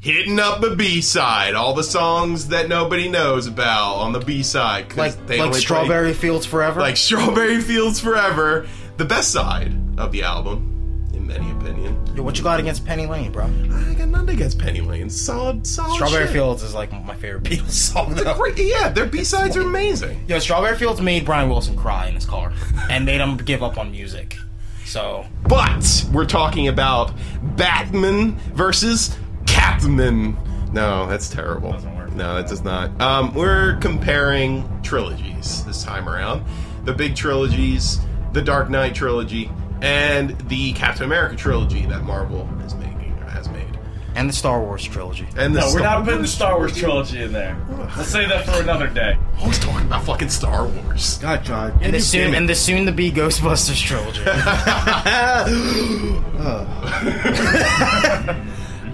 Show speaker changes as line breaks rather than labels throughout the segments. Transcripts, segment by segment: hitting up a B side, all the songs that nobody knows about on the B side, 'cause
Like
they
like
only play-
Strawberry Fields Forever.
like Strawberry Fields Forever, the best side of the album, in many opinion.
Yo, what you got against Penny Lane, bro?
I got nothing against Penny Lane. Solid, solid.
Strawberry
Oh, shit.
Fields is like my favorite Beatles song.
They're
Though.
great. Yeah, their B sides are amazing.
Yo, Strawberry Fields made Brian Wilson cry in his car and made him give up on music. So
But we're talking about Batman versus Capman. No, that's terrible.
Doesn't work.
No, that does not. Um, we're comparing trilogies this time around. The big trilogies, the Dark Knight trilogy, and the Captain America trilogy that Marvel is making or has made.
and the Star Wars trilogy.
And the
No, we're
Star-
not putting the Star Wars trilogy in there. Let's save that for another day.
Always talking about fucking Star Wars.
God, John.
And the soon
it.
and the soon to be Ghostbusters trilogy.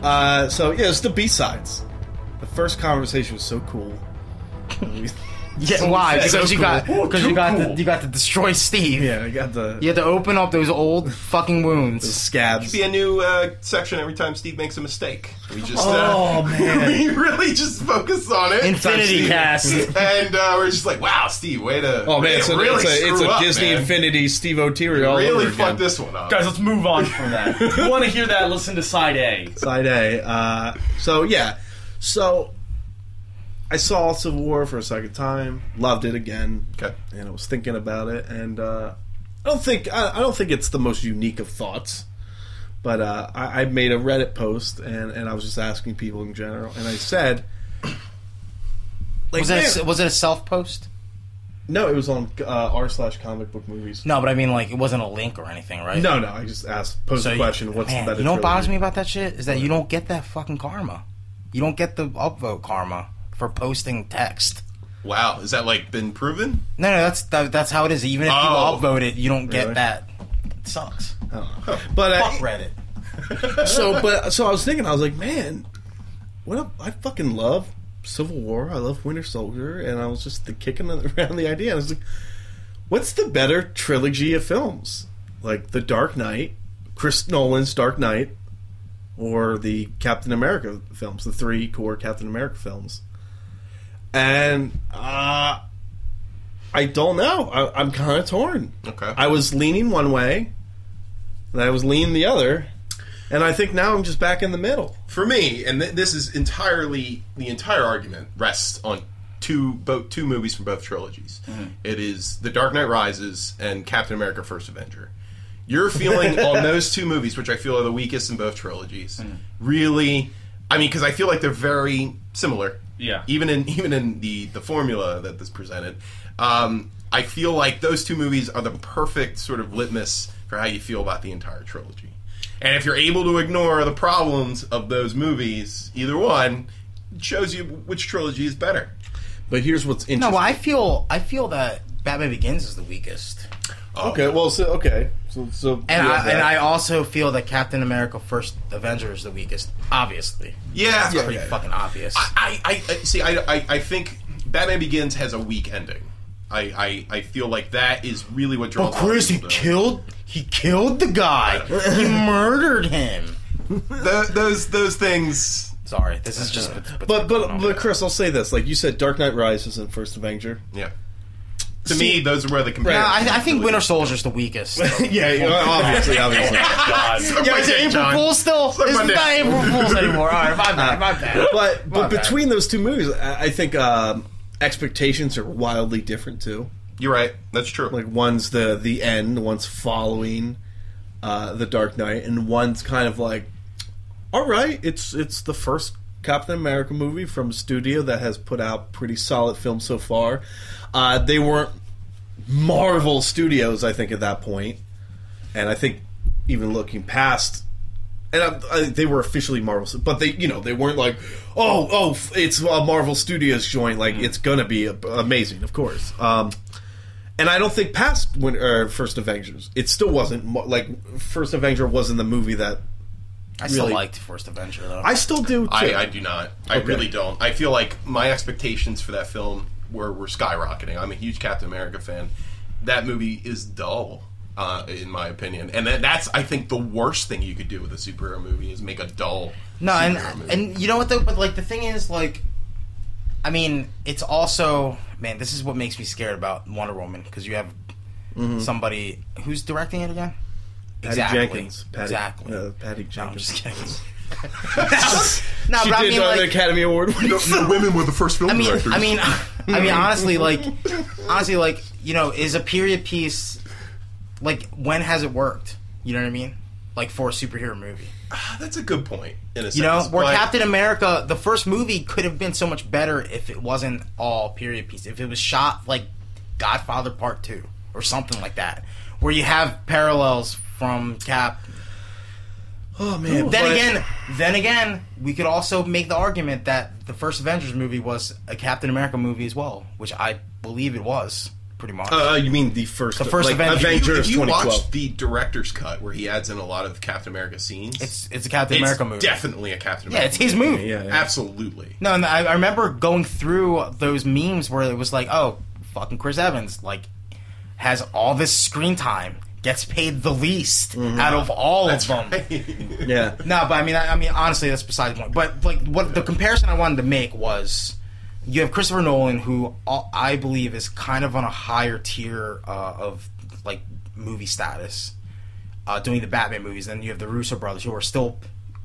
Uh, so yeah, it's the B sides. The first conversation was so cool.
yeah, why? Because
So
you
cool.
got
Ooh,
because
too
you got
cool.
to, you got to destroy Steve.
yeah, I got the
You had to open up those old fucking wounds.
scabs.
be a new uh, section every time Steve makes a mistake. We just
Oh,
uh,
man.
we really just focus on it.
Infinity Cast.
and uh, we're just like, wow, Steve, way to
Oh
way
man,
to
it's a,
really
it's a, it's
screw
a
up,
Disney
man.
Infinity Steve O'Teary all
Really
over
fucked
again.
this one up.
Guys, let's move on from that. If you want to hear that, listen to side A.
Side A. Uh, so yeah, so I saw Civil War for a second time, loved it again,
Okay.
and I was thinking about it, and uh, I don't think I, I don't think it's the most unique of thoughts, but uh, I, I made a Reddit post, and, and I was just asking people in general, and I said, like,
Was it a,
man-
was it a self post?
no, it was on uh, r slash comic book movies.
No, but I mean like it wasn't a link or anything, right?
No, no, I just asked, posed
So
a
you-
question. What's
man,
the better?
You know what bothers
trilogy?
me about that shit is that you don't get that fucking karma. You don't get the upvote karma for posting text.
Wow, is that like been proven?
No, no, that's that, that's how it is. Even if
Oh.
people upvote it, you don't get
Really?
that. It sucks.
But uh,
Fuck Reddit.
so but so I was thinking, I was like, man, what a, I fucking love Civil War. I love Winter Soldier, and I was just the, kicking around the idea. I was like, what's the better trilogy of films? Like The Dark Knight, Chris Nolan's Dark Knight, or the Captain America films, the three core Captain America films. And uh, I don't know. I, I'm kind of torn.
Okay.
I was leaning one way, and I was leaning the other, and I think now I'm just back in the middle.
For me, and th- this is entirely the entire argument rests on two both two movies from both trilogies.
Mm-hmm.
It is The Dark Knight Rises and Captain America: First Avenger. Your feeling on those two movies, which I feel are the weakest in both trilogies, really. I mean, because I feel like they're very similar.
Yeah.
Even in even in the the formula that this presented, um, I feel like those two movies are the perfect sort of litmus for how you feel about the entire trilogy. And if you're able to ignore the problems of those movies, either one it shows you which trilogy is better.
But here's what's
No,
interesting.
well, I feel I feel that Batman Begins is the weakest,
okay, well, so okay, so, so
and
yeah,
I,
that-
and I also feel that Captain America: First Avenger is the weakest. Obviously,
Yeah,
pretty fucking obvious.
I, I, I see. I, I, I think Batman Begins has a weak ending. I, I, I feel like that is really what draws.
But Chris, he
people to it.
killed he killed the guy. he murdered him.
Tho- those those things.
Sorry, this is just.
but but but Chris, I'll say this: like you said, Dark Knight Rises and First Avenger.
Yeah. To me, those are where the
No,
comparison.
I, I think Winter Soldier's the weakest.
yeah, you know, obviously, obviously.
God.
yeah, is it April Fool's still? It's
my
not
dick.
April Fool's anymore. All right, my bad, my bad.
But
My
but
bad.
between those two movies, I, I think um, expectations are wildly different too.
You're right. That's true.
Like one's the the end, one's following uh, the Dark Knight, and one's kind of like, all right, it's it's the first Captain America movie from a studio that has put out pretty solid films so far. Uh, they weren't Marvel Studios, I think, at that point, and I think even looking past. And I, I, they were officially Marvel, but they, you know, they weren't like, oh, oh, f- it's a Marvel Studios joint. Like, it's gonna be a- amazing, of course. Um, and I don't think past when or first Avengers, it still wasn't mo- like first Avenger wasn't the movie that
I still
really-
liked First Avenger though.
I still do. Too.
I, I do not. I
Okay.
really don't. I feel like my expectations for that film were, were skyrocketing. I'm a huge Captain America fan. That movie is dull. uh, in my opinion. And that, that's I think the worst thing you could do with a superhero movie is make a dull.
No, and
superhero movie.
and you know what though? But like the thing is, like, I mean, it's also man. This is what makes me scared about Wonder Woman because you have Mm-hmm. somebody who's directing it again.
Patty Jenkins. Patty,
exactly.
uh, Patty
no, I'm just
Jenkins.
kidding. no,
she
but I
did
mean,
uh, the
like,
Academy Award. winner.
The women were the first film
I mean,
directors.
I mean, I mean, honestly, like, honestly, like, you know, is a period piece like when has it worked? You know what I mean? Like for a superhero movie.
Ah, that's a good point. In a
You know,
sense,
where
but-
Captain America, the first movie could have been so much better if it wasn't all period piece. If it was shot like Godfather Part 2 or something like that, where you have parallels from Cap.
oh man.
Then
but-
again, then again, we could also make the argument that the first Avengers movie was a Captain America movie as well, which I believe it was pretty much.
Uh, you mean the first?
The first
like,
Avengers.
If you,
Avengers
if you
2012.
watch the director's cut where he adds in a lot of Captain America scenes,
it's it's a Captain
it's
America movie.
definitely a Captain
yeah,
America.
it's his movie.
yeah, yeah.
Absolutely.
No, and I, I remember going through those memes where it was like, oh, fucking Chris Evans, like, has all this screen time, gets paid the least out of all of them.
yeah.
No, but I mean, I, I mean, honestly, that's beside the point. But like, what the comparison I wanted to make was, you have Christopher Nolan, who all, I believe is kind of on a higher tier uh, of like movie status, uh, doing the Batman movies. Then you have the Russo brothers, who are still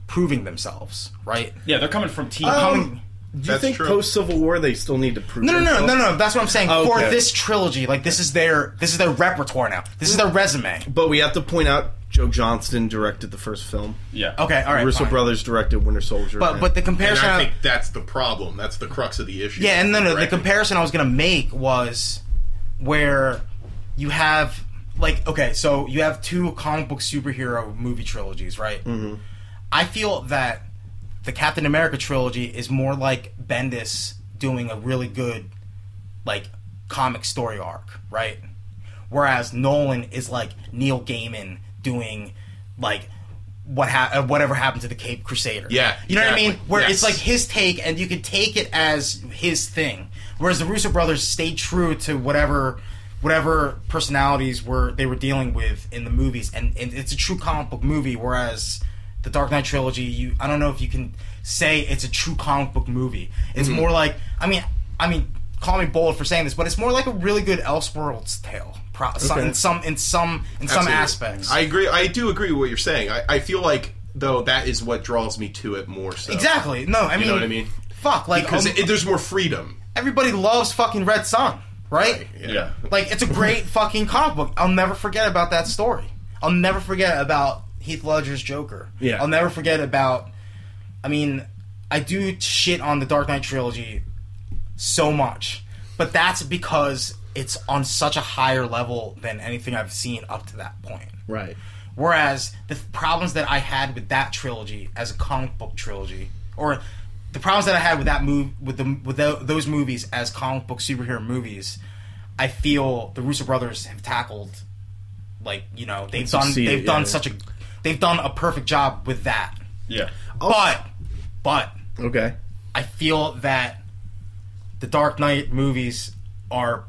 proving themselves, right?
Yeah, they're coming from TV.
Coming-
Do you
That's
think
true.
post Civil War they still need to prove?
No, no, no,
themselves?
no, no. That's what I'm saying.
Okay.
For this trilogy, like this is their this is their repertoire now. This is their resume.
But we have to point out Joe Johnston directed the first film.
yeah.
Okay, all right.
Russo
fine.
brothers directed Winter Soldier.
But but the
And
comparison,
I
I
think that's the problem. That's the crux of the issue.
yeah, and then uh, the
Directing.
comparison I was gonna make was where you have like okay, so you have two comic book superhero movie trilogies, right? Mm-hmm. I feel that the Captain America trilogy is more like Bendis doing a really good like comic story arc, right? Whereas Nolan is like Neil Gaiman doing like what ha- uh, whatever happened to the Cape Crusader.
Yeah,
you know what I mean.
exactly.
Where
Yes.
it's like his take, and you can take it as his thing. Whereas the Russo brothers stayed true to whatever whatever personalities were they were dealing with in the movies, and, and it's a true comic book movie. Whereas the Dark Knight trilogy, you I don't know if you can say it's a true comic book movie. It's
Mm-hmm.
more like I mean I mean call me bold for saying this, but it's more like a really good Elseworlds tale. Pro, some, in some in some in some
Absolutely.
aspects.
I agree. I do agree with what you're saying. I, I feel like though that is what draws me to it more so.
exactly. No, I mean
You know what I mean?
Fuck, like
Because
um,
it- there's more freedom.
everybody loves fucking Red Sun, right?
Yeah.
Like it's a great fucking comic book. I'll never forget about that story. I'll never forget about Heath Ledger's Joker.
Yeah.
I'll never forget about. I mean, I do shit on the Dark Knight trilogy so much, but that's because it's on such a higher level than anything I've seen up to that point.
right.
Whereas the th- problems that I had with that trilogy as a comic book trilogy, or the problems that I had with that move with the with tho- those movies as comic book superhero movies, I feel the Russo brothers have tackled. Like you know, they've done
succeeded,
they've
yeah,
done
yeah.
such a they've done a perfect job with that.
Yeah.
But but
Okay.
I feel that the Dark Knight movies are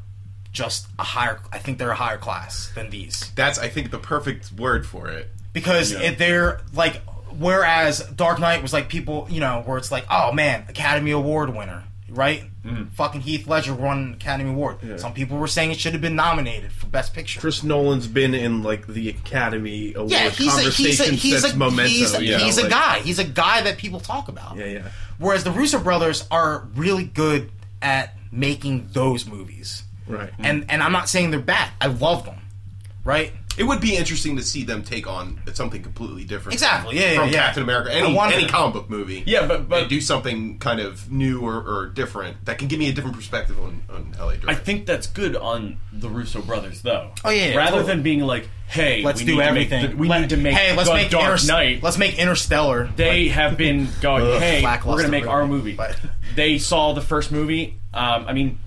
just a higher. I think they're a higher class than these
That's I think the perfect word for it.
because it, they're like whereas dark knight was like people you know where it's like oh man academy award winner right
Mm-hmm.
fucking heath ledger won academy award some people were saying it should have been nominated for best picture
Chris Nolan's been in like the Academy Award
yeah he's a he's a
conversation
he's
since
a
Memento.
he's,
you know,
he's a
like-
guy he's a guy that people talk about
Yeah, yeah.
whereas the russo brothers are really good at making those movies
Right.
Mm-hmm.
and and i'm not saying they're bad i love them right
It would be interesting to see them take on something completely different.
Exactly, yeah, yeah,
From
yeah.
Captain America,
I
any
wonder.
any comic book movie.
Yeah, but- but-
And do something kind of new or, or different that can give me a different perspective on on LA. Direct.
I think that's good on the Russo brothers, though.
Oh, yeah, yeah,
Rather
totally.
than being like, "Hey,
let's
we
do
need to make
everything
the- we
Let-
need to make
hey let's
the
make
Dark
Inter-
Knight."
let's make interstellar
they have been going, hey, we're
lackluster
gonna make our
movie,
movie.
but-
They saw the first movie. Um, I mean,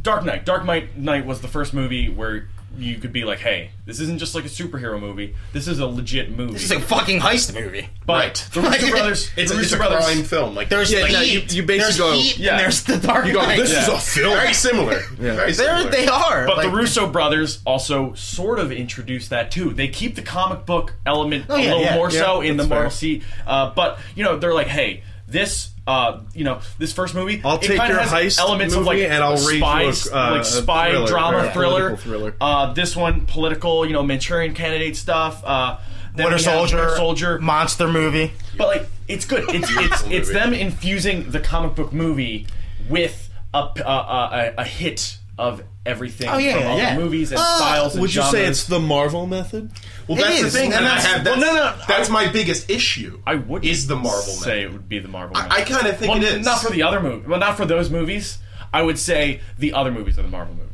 Dark Knight. Dark Mi- Knight was the first movie where you could be like, hey, this isn't just like a superhero movie. This is a legit movie.
This is a fucking heist movie.
but
right.
the Russo brothers,
It's,
the
a- it's
Russo
a
brothers,
crime film. Like
There's
Yeah,
the
no, you-
heat.
you basically
there's
go-
heat
Yeah.
and there's the dark
you go,
Knight.
this is
Yeah.
a film. Very similar. Very
There
similar.
they are.
But
like,
the Russo brothers also sort of introduced that too. They keep the comic book element
yeah,
a little
yeah,
more so
Oh, yeah,
in the
that's fair.
Marvel C. Uh, but you know, they're like, hey, this. Uh, you know, this first movie,
I'll
it
take
kinda
your
has
heist
elements of like
movie and I'll read you
spy,
a, uh,
like
a
spy
thriller,
drama
yeah.
thriller.
Political thriller.
Uh, this one political, you know, Manchurian Candidate stuff. Uh, then
Winter
we have
Soldier,
Winter Soldier,
monster movie.
but like, it's good. It's it's it's them infusing the comic book movie with a p- a, a, a- a hit of everything
Oh, yeah,
from
yeah,
other
yeah.
movies and
Uh,
styles. And
Would you say
genres.
it's the Marvel method?
Well,
It
that's the
is,
thing.
and
And I
that's-
have that's,
well, no, no,
that's my biggest issue.
I would
is the Marvel method.
say it would be the Marvel.
I kind of think
well,
it is.
not for the other movie. Well, not for those movies. I would say the other movies are the Marvel movies.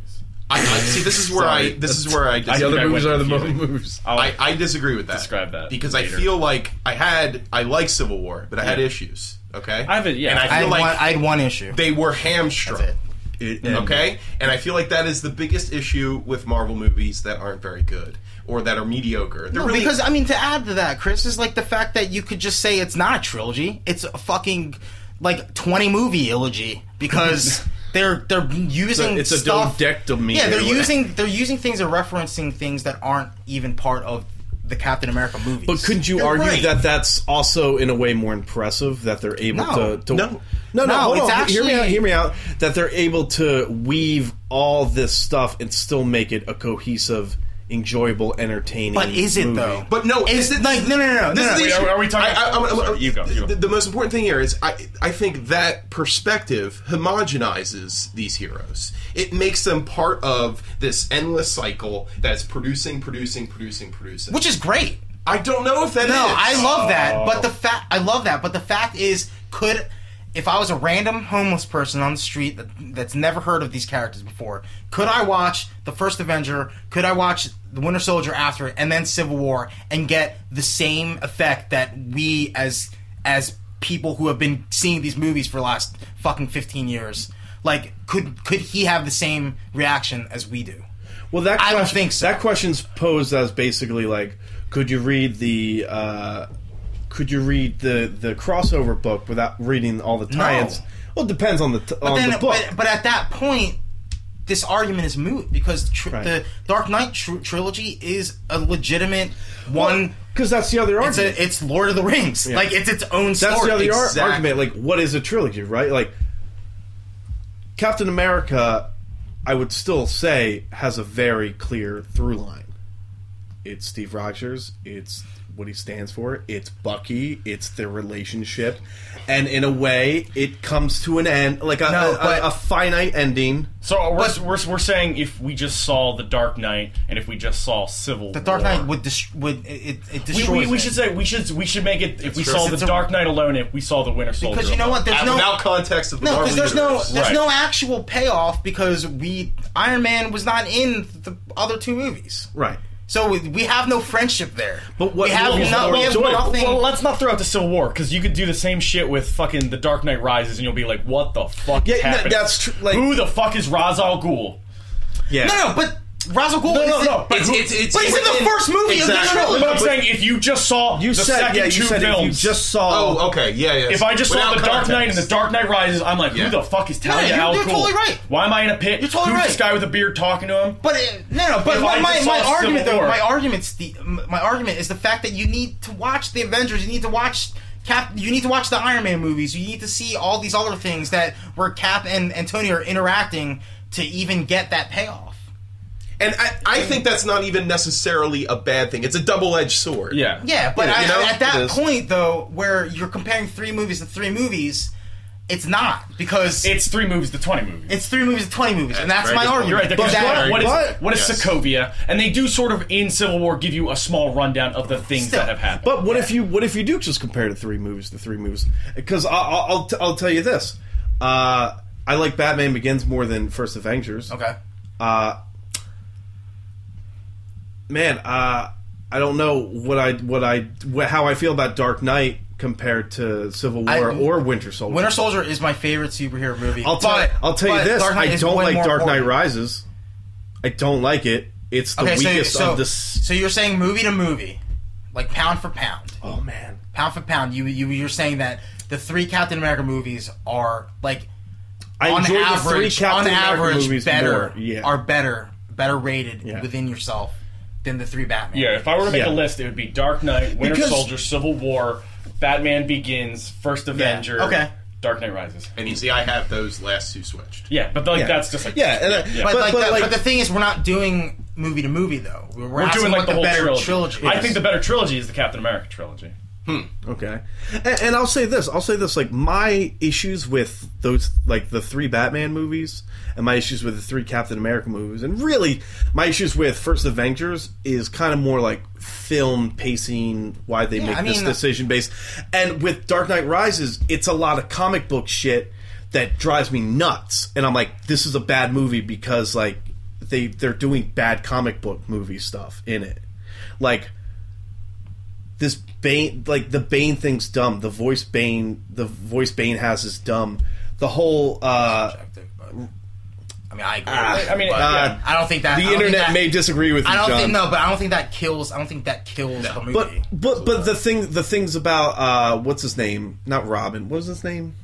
I, I see. This is where I. This is where I.
The
Disagree.
other
I
movies
went
are the Marvel
confusing.
movies.
I'll-
I, I disagree with that.
Describe that
because
later.
I feel like I had I like Civil War, but I had issues. Okay,
I have it, yeah.
and I
I
feel
had,
like
one, I had one issue.
they were hamstrung.
That's
okay, and I feel like that is the biggest issue with Marvel movies that aren't very good or that are mediocre. They're
No,
really
because I mean to add to that, Chris is like the fact that you could just say it's not a trilogy; it's a fucking like twenty movie eulogy because they're they're using
It's a- it's a
stuff,
dodectomy
Yeah, they're
or whatever.
using they're using things and referencing things that aren't even part of the Captain America movies.
But couldn't you
You're
argue
right.
that that's also in a way more impressive that they're able
No.
to, to
No.
no no,
No,
hold
it's
on. hear me
actually-
out hear me out that they're able to weave all this stuff and still make it a cohesive enjoyable entertaining
But is it
movie.
though?
But no, is
is it
it-
like no no no no?
This
no,
is the
no.
wait,
issue.
are- are we talking-
I, I, I'm-
Sorry, you go, you go.
The, the most important thing here is I. I think that perspective homogenizes these heroes. It makes them part of this endless cycle that's producing, producing, producing, producing.
which is great.
I don't know if that is.
No, I love that. But the fact I love that. But the fact is, could if I was a random homeless person on the street that, that's never heard of these characters before, could I watch the first Avenger? Could I watch the Winter Soldier after it, and then Civil War and get the same effect that we as as people who have been seeing these movies for the last fucking fifteen years? Like, could could he have the same reaction as we do?
well that
I don't
question-
think so.
that question's posed as basically like could you read the uh, could you read the the crossover book without reading all the tie-ins well it depends on the t- on
then,
the book
But, but at that point, this argument is moot because tr-
Right.
the Dark Knight tr- trilogy is a legitimate one.
because that's the other
It's,
argument
a, it's Lord of the Rings. Like it's its own
That's
story.
the other ar-
exactly.
argument. Like, what is a trilogy, right? Like, Captain America, I would still say, has a very clear through line. It's Steve Rogers. It's what he stands for. It's Bucky. It's their relationship, and in a way, it comes to an end, like a,
No,
a- a-
but-
a finite ending.
So uh, we're, we're, we're saying if we just saw The Dark Knight and if we just saw Civil
The Dark
War,
Knight would dis- would it, it- it
We,
destroys.
we, we
it.
should say we should we should make it if we
true.
saw the
It's a-
Dark Knight alone if we saw the Winter Soldier
because you know
alone.
what? There's
Uh,
no
without context of the
no
Marvel
because there's no
universe.
there's
Right.
no actual payoff because we Iron Man was not in the other two movies.
Right.
So we, we have no friendship there.
But
we
what
have,
movies
no,
were
we have
enjoyable?
nothing.
Well, let's not throw out the Civil War because you could do the same shit with fucking The Dark Knight Rises, and you'll be like, "What the fuck
Yeah,
is
no,
happening?
that's tr- like-
Who the fuck is Ra's al Ghul?
Yeah.
no, no, but Ra's al Ghul
No, no,
is
no.
in-
But,
It's,
who-
it's, it's,
But he's in the
within-
first movie
Exactly.
of the
but I'm
trilogy.
saying if you just saw
You
the
said
second
yeah. You
two
said if you
films,
just saw.
Oh, okay, yeah, yeah.
if I just saw
Without
The Dark Knight and The
context.
Dark Knight Rises, I'm like,
Yeah.
"Who the fuck is Talia
you're-
al
you're
Ghul?
totally right.
Why am I in a pit?
You're totally
Who's
right.
this guy with a beard talking to him?
But it, no, no. But
If
my,
I
my,
just
my
saw
argument,
Civil
though,
War.
my argument's the m- my argument is the fact that you need to watch the Avengers, you need to watch Cap, you need to watch the Iron Man movies, you need to see all these other things that where Cap and, and Tony are interacting to even get that payoff.
and I, I think that's not even necessarily a bad thing. It's a double-edged sword.
Yeah,
Yeah, but
Yeah,
I,
you know,
at
it
that
is.
point, though, where you're comparing three movies to three movies, it's not because
It's three movies to twenty movies.
it's three movies to twenty movies, and
That's
that's
very
my
good point.
argument.
You're right. They're
But
gonna-
that-
Very
what, what is
but-
what is
yes.
Sokovia? And they do sort of in Civil War give you a small rundown of the things
Still,
that have happened.
But what if you what if you do just compare the three movies to three movies? Because I'll I'll, t- I'll tell you this, uh, I like Batman Begins more than First Avengers.
okay.
Uh, man, uh, I don't know what I what I wh- how I feel about Dark Knight compared to Civil War
I-
or Winter Soldier.
Winter Soldier is my favorite superhero movie.
I'll tell
but,
I'll tell you
but
this.
Dark Knight
I
is
don't
way
like
more
Dark Knight
important.
Rises. I don't like it. It's the
Okay, so,
weakest
so,
of this.
so you're saying movie to movie, like pound for pound,
Oh man,
pound for pound. You you you're saying that the three Captain America movies are like
I
on
enjoy
average,
the three
on
Captain America
average,
movies
better
more. Yeah.
are better, better rated
Yeah.
within yourself than the three Batman.
Yeah, if I were to make a
Yeah.
list, it would be Dark Knight, Winter
Because-
Soldier, Civil War, Batman Begins, First Avenger,
okay.
Dark Knight Rises.
And you see, I have those last two switched.
Yeah, but like
Yeah.
that's just like
Yeah, and I-
but,
But-
like,
but,
the,
like-
but the thing is, we're not doing movie to movie though. We're,
we're doing like the, whole
better
trilogy. I
is.
think the better trilogy is the Captain America trilogy.
Okay, and, and I'll say this. I'll say this. Like my issues with those, like the three Batman movies, and my issues with the three Captain America movies, and really my issues with First Avengers is kind of more like film pacing. Why they make
I
this
mean- uh,
decision based, and with Dark Knight Rises, it's a lot of comic book shit that drives me nuts. And I'm like, this is a bad movie because like they they're doing bad comic book movie stuff in it, like this Bane, like the Bane thing's dumb. The voice Bane, the voice Bane has is dumb. The whole uh,
But- I mean, I agree. with
I mean,
you, but
uh,
I don't think that
the
I don't think
internet
that-
may disagree with you,
I don't
John.
think no, but I don't think that kills. I don't think that kills the movie.
But but but the thing the things about uh, what's his name? Not Robin. What was his name?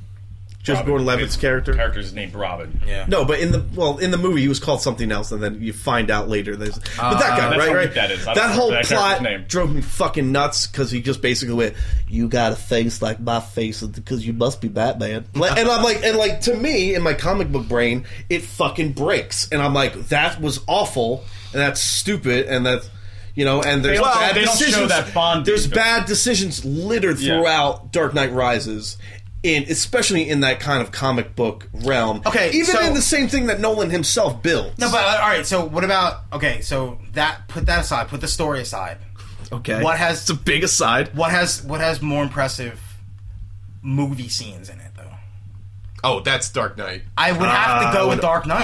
Joseph
Robin,
Gordon-Levitt's
his
character.
Character is named Robin.
yeah,
No, but in the well, in the movie, he was called something else, and then you find out later. There's, but that guy,
Uh, that's
right,
how
right.
weak that is. I don't
That
know
whole
that character's
plot
name.
drove me fucking nuts because he just basically went, "You got a face like my face because you must be Batman." Like, and I'm like, and like to me in my comic book brain, it fucking breaks, and I'm like, that was awful, and that's stupid, and that's. You know, and there's
They don't-
bad
they don't show
decisions.
that bond
there's
either.
bad decisions littered
Yeah.
throughout Dark Knight Rises, in especially in that kind of comic book realm.
Okay,
even
so-
in the same thing that Nolan himself built.
no. But uh, all right. So what about okay? So that put that aside. Put the story aside.
okay,
What has-
it's a big aside?
What has what has more impressive movie scenes in it though?
Oh, that's Dark Knight.
I would have to
I
go with
would-
Dark Knight.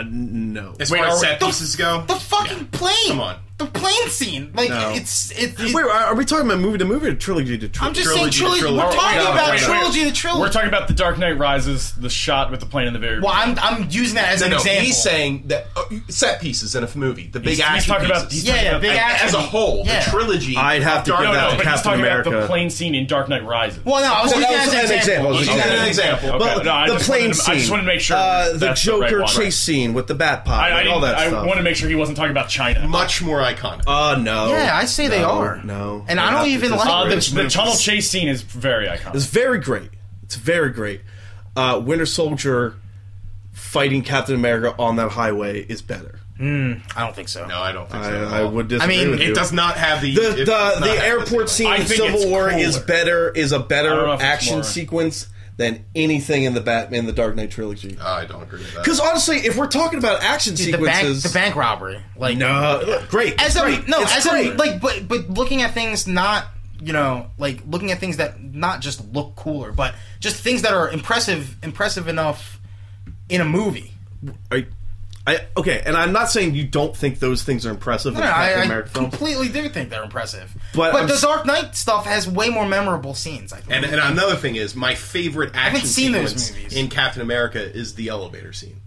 Uh, no.
As
Wait,
far
are
as
we-
set pieces go,
the fucking plane.
Come on.
the plane scene. Like
No.
it's it's. it-
Wait, are we talking about movie to movie or trilogy to
I'm
trilogy?
just
trilogy to
saying trilogy.
trilogy.
We're talking
Oh,
No, wait,
about
wait.
trilogy to trilogy.
We're talking about the Dark Knight Rises, the shot with the plane in the very.
well, I'm I'm using that as
no,
an
no,
example.
he's saying that uh, set pieces in a movie, the big
he's
action
talking
pieces.
about- he's
yeah, yeah, big
Like,
action
as a whole,
Yeah.
the trilogy.
I'd have to
Dark
give
no,
Knight-
that
no,
to
but he's
Captain
talking about
America.
the plane scene in Dark Knight Rises.
Well, no, I was
Well,
using
that
that
was
as
an example.
He's using
Okay.
it as an example.
Okay.
Well,
No, I
the
just
plane
wanted to-
scene.
I just wanted to make sure
Uh, the
that's the right
Joker
one,
chase
right?
scene with the Bat Pop
I, I,
and all that
didn't- I
stuff.
want to make sure he wasn't talking about China.
Much more iconic.
Oh no!
Yeah, I say they
No,
are.
No,
And I don't
have to
even like-
disagree.
Uh, the,
Rich
the
movies.
tunnel chase scene is very iconic.
It's very great. It's very great. Uh, Winter Soldier fighting Captain America on that highway is better.
I don't think so.
no, I don't think
I,
so. at
I
all.
would disagree.
mean,
with
It
you.
does not have the
The
it
the,
does not
the
have
airport
the-
scene
I
in
think it's
Civil War is
cooler.
better is a
don't
better
know if it's
action
more-
sequence than anything in the Batman the Dark Knight trilogy.
I don't agree with that.
Because honestly, if we're talking about action
Dude, the bank
sequences,
the bank robbery. Like
no, Uh, look, great.
as
it's
a
great.
no,
it's
as
great.
a like but but looking at things not you know, like looking at things that not just look cooler, but just things that are impressive impressive enough in a movie.
I, I okay, and I'm not saying you don't think those things are impressive
No,
in
no,
Captain
I, I
America films.
completely do think they're impressive. But,
But
but
I'm
the
s-
Dark Knight stuff has way more memorable scenes, I think.
and, and another thing is, my favorite action
seen those
sequence
movies.
in Captain America is the elevator scene.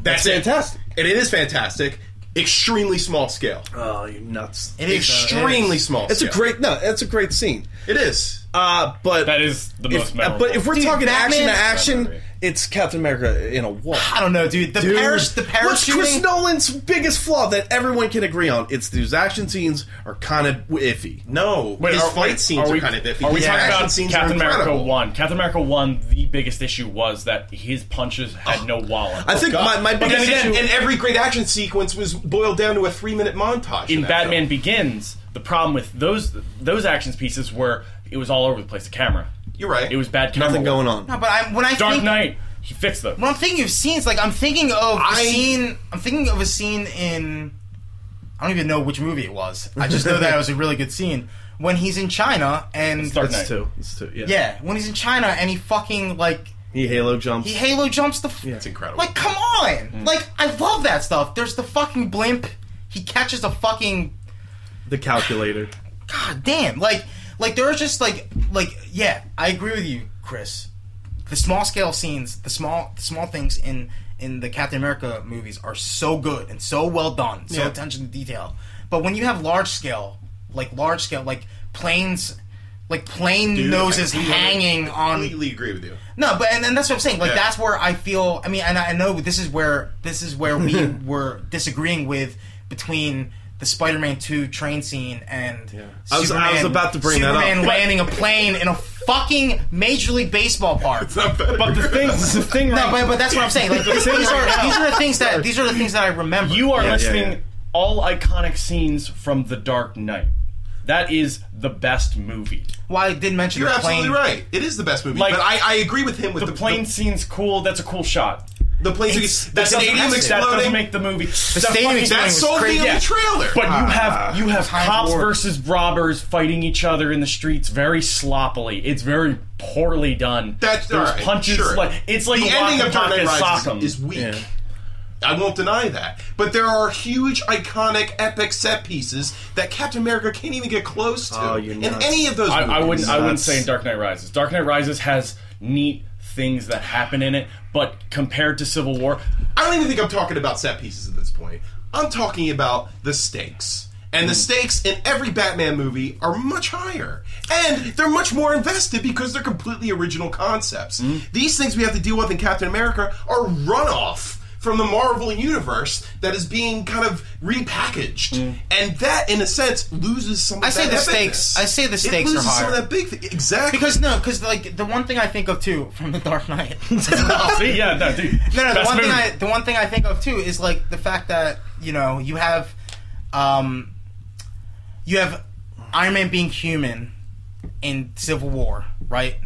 That's, it.
fantastic.
and it is fantastic. Extremely small scale.
Oh, you nuts!
it is uh,
Extremely
it is.
small.
It's a
scale.
great no. It's a great scene.
It is.
Uh, but
that is the
if,
most memorable.
uh, But if we're
Dude,
talking
Batman-
action to
Batman.
action, it's Captain America in a wall.
I don't know, dude. The
Dude,
parish the
What's Chris
parachuting
Nolan's biggest flaw that everyone can agree on? It's these action scenes are kind of iffy.
No,
Wait,
his
are-
fight
wait,
scenes are,
we-
kind of iffy.
Are we
His
talking
action
about
scenes are
Captain America
incredible.
One? Captain America One. The biggest issue was that his punches had no wallet.
I think my,
God.
my
But then
biggest
again,
issue.
and every great action sequence was boiled down to a three-minute montage.
in
that
Batman
film.
Begins, the problem with those those actions pieces were it was all over the place. The camera.
You're right.
It was bad camera.
nothing
work.
going on.
No, but I when I
Dark
think
Knight. He fixed them.
when I'm thinking of scenes, like I'm thinking of a
I-
scene. I'm thinking of a scene in. I don't even know which movie it was. I just know that it was a really good scene when he's in China and
Dark
It's
Knight.
two. It's two. Yeah.
yeah, when he's in China and he fucking like
He Halo jumps.
he Halo jumps the. F-
It's incredible.
Like come on, like I love that stuff. There's the fucking blimp. He catches a fucking
the calculator.
god damn. Like like there's just like like yeah. I agree with you, Chris. The small scale scenes, the small the small things in in the Captain America movies are so good and so well done, so
Yeah.
attention to detail. But when you have large scale, like large scale, like planes, like plane
Dude,
noses
I completely-
hanging
I
on
completely agree with you.
no, but and, and that's what I'm saying. Like
Yeah.
that's where I feel. I mean, and I know this is where this is where we were disagreeing with between the Spider-Man Two train scene and
I was- I was about to bring that up.
Superman landing a plane in a fucking Major League Baseball park.
Not better.
But the thing, the thing right
No, but, but that's what I'm saying. Like these are these are the things that these are the things that I remember.
You are
yeah,
listing
yeah.
all iconic scenes from The Dark Knight. That is the best movie.
why I did mention
You're
the
absolutely
plane.
right. It is the best movie.
Like,
but I, I agree with him with
The,
the,
plane scene's cool. That's a cool shot.
The, the plane.
It's-
The
That doesn't-
stadium
That doesn't
exploding.
make the movie. The
stadium
that
was
sold me
crazy.
on
Yeah.
the trailer.
But you have you have
Time
cops
Lord.
versus robbers fighting each other in the streets very sloppily. It's very poorly done.
That's-
There's
all right,
punches.
sure.
Like it's like
the
Waka
ending of Dark Knight
Waka
Rises
Sockham.
is weak.
Yeah.
I won't deny that. But there are huge, iconic, epic set pieces that Captain America can't even get close to
Oh, you're
in
nuts.
any of those.
I,
movies.
I wouldn't. I wouldn't say in
That's-
Dark Knight Rises. Dark Knight Rises has neat things that happen in it, but compared to Civil War,
I don't even think I'm talking about set pieces at this point. I'm talking about the stakes. And
Hmm.
the stakes in every Batman movie are much higher. And they're much more invested because they're completely original concepts.
Hmm.
These things we have to deal with in Captain America are runoff from the Marvel universe that is being kind of repackaged. And that, in a sense, loses some of
Hmm. I say
that
the stakes-
epicness.
I say the stakes
it
are
loses some of
higher.
that big thing. Exactly.
Because no, because like the one thing I think of too from the Dark Knight.
See, yeah, no, dude.
No, no. The
Best
one thing
movie.
I the one thing I think of too is like the fact that you know you have, um, you have Iron Man being human in Civil War, right?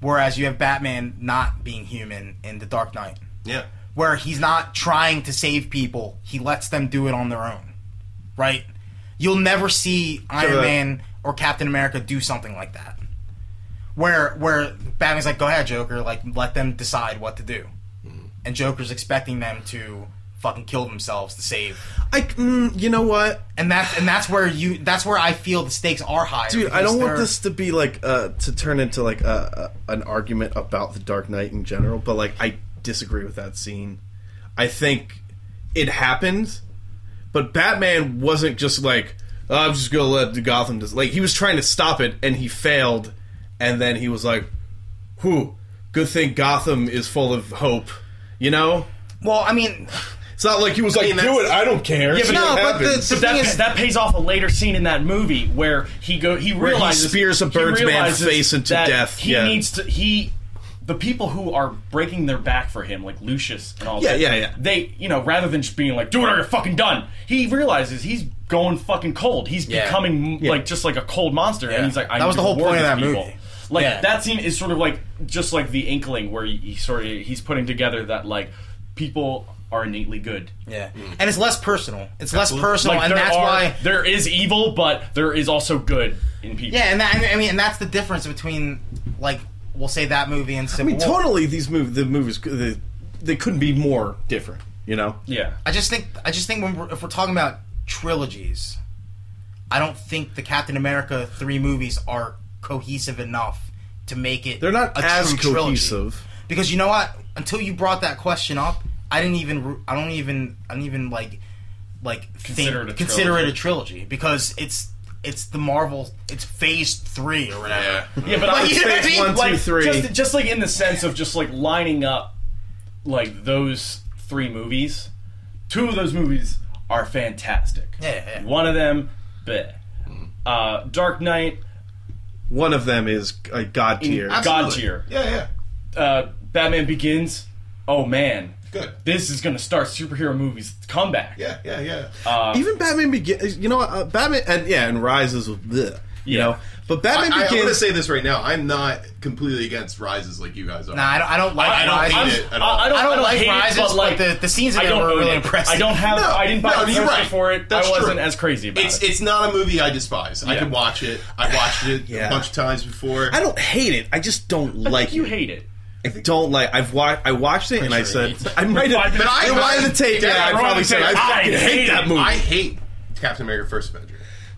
Whereas you have Batman not being human in The Dark Knight,
yeah.
where he's not trying to save people; he lets them do it on their own, right? You'll never see Iron
that-
Man or Captain America do something like that, where where Batman's like, "Go ahead, Joker, like let them decide what to do."
Mm-hmm.
and Joker's expecting them to fucking kill themselves to save.
I, mm, you know what?
And that's and that's where you that's where I feel the stakes are higher.
Dude, I
because
don't want
they're-
this to be like uh, to turn into like a, a, an argument about the Dark Knight in general, but like I disagree with that scene. I think it happened, but Batman wasn't just like "Oh, I'm just gonna let the Gotham just like he was trying to stop it and he failed, and then he was like, "Whew, good thing Gotham is full of hope," you know.
Well, I mean,
It's not like he was like,
that's-
"Do it, I don't care." Yeah,
but no, but the-
But that, pa- that pays off a later scene in that movie where he go he realizes
spears
he
a bird's man's
realizes
face into
that
death,
He
yeah.
needs to he the people who are breaking their back for him, like Lucius and all.
Yeah,
that,
yeah, yeah.
They you know rather than just being like do it or you're fucking done, he realizes he's going fucking cold. He's
Yeah.
becoming like just like a cold monster, and he's like I
That was
need
the whole
to war
point of
with
that
people.
movie.
Like
Yeah.
that scene is sort of like just like the inkling where he, he sort of he's putting together that like people are innately good
yeah, and it's less personal. It's less personal,
like,
and
there
that's
are,
why.
there is evil, but there is also good in people.
Yeah, and that, I mean, and that's the difference between like we'll say that movie and
I
Civil
mean,
War.
totally. These movies, the movies, the, they couldn't be more different. You know,
yeah.
I just think I just think when we're, if we're talking about trilogies, I don't think the Captain America three movies are cohesive enough to make it.
they're not
a
as
true trilogy.
cohesive.
because you know what until you brought that question up i didn't even ru- i don't even i don't even like like
Consider it a
think, consider it a trilogy because it's it's the marvel it's phase three or whatever
Yeah.
Yeah, but I would
you know
say
what I mean?
One, two,
like,
three.
Just, just like in the sense of just like lining up like those three movies. Two of those movies are fantastic.
Yeah, yeah.
One of them, bleh. Uh, Dark Knight,
One of them is a god tier.
Ab- God tier.
Yeah, yeah.
uh, Batman Begins. Oh man,
Good.
This is gonna start superhero movies comeback.
Yeah, yeah, yeah.
Even Batman Begins. You know, uh, Batman and yeah, and Rises was bleh, you
Yeah.
know, but Batman
I, I, am
Begins.
gonna say this right now. I'm not completely against rises like you guys are.
nah i don't, I don't like
I don't,
rises.
hate
I'm-
it at all.
I don't,
I don't like
hate
Rises,
it, but
but
like
the- the scenes in
I
it
don't
were
own
really
it.
impressive.
I don't have.
No,
I didn't buy
no,
the
you're
poster
right.
for it.
That's
I wasn't
true.
as crazy about
it's
it.
it's not a movie I despise. I
Yeah.
can watch it. I watched it
Yeah.
a bunch of times before.
I don't hate it. I just don't like
you
it.
hate it.
I don't like. I've watched. I watched it and I
sure he
said I might have.
But I-
I
I-
the tape.
Dad,
Yeah, I
we're
probably
on
said
the
I
tape.
fucking
I
hate
hate
that
it.
movie.
I hate Captain America: First Avenger.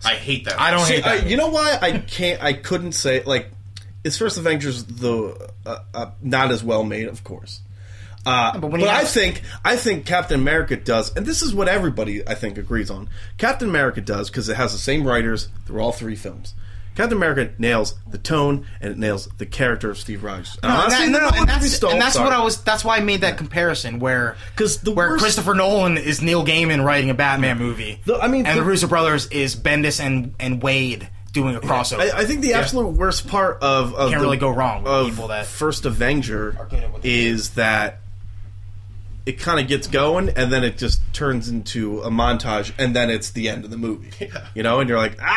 I hate that.
I don't
movie.
hate
I,
that
you know why I can't? I couldn't say like, is First Avengers the uh, uh, not as well made? Of course, Uh,
but
but
when he
I
has-
think I think Captain America does, and this is what everybody I think agrees on. Captain America does because it has the same writers through all three films. Captain America nails the tone and it nails the character of Steve Rogers. And
No, and,
honestly,
that- no,
no
no,
one
and that's,
really stole
and that's
Star-
what I was. That's why I made that comparison where
'Cause the
where
worst-
Christopher Nolan is Neil Gaiman writing a Batman movie.
The- I mean,
and the,
the-
Russo brothers is Bendis and and Wade doing a crossover.
I, I think the absolute worst part of, of
Can't
the-
really go wrong with
of
people that-
first Avenger
good at what they
is that it kind of gets going and then it just turns into a montage and then it's the end of the movie. You know, and you're like, ah,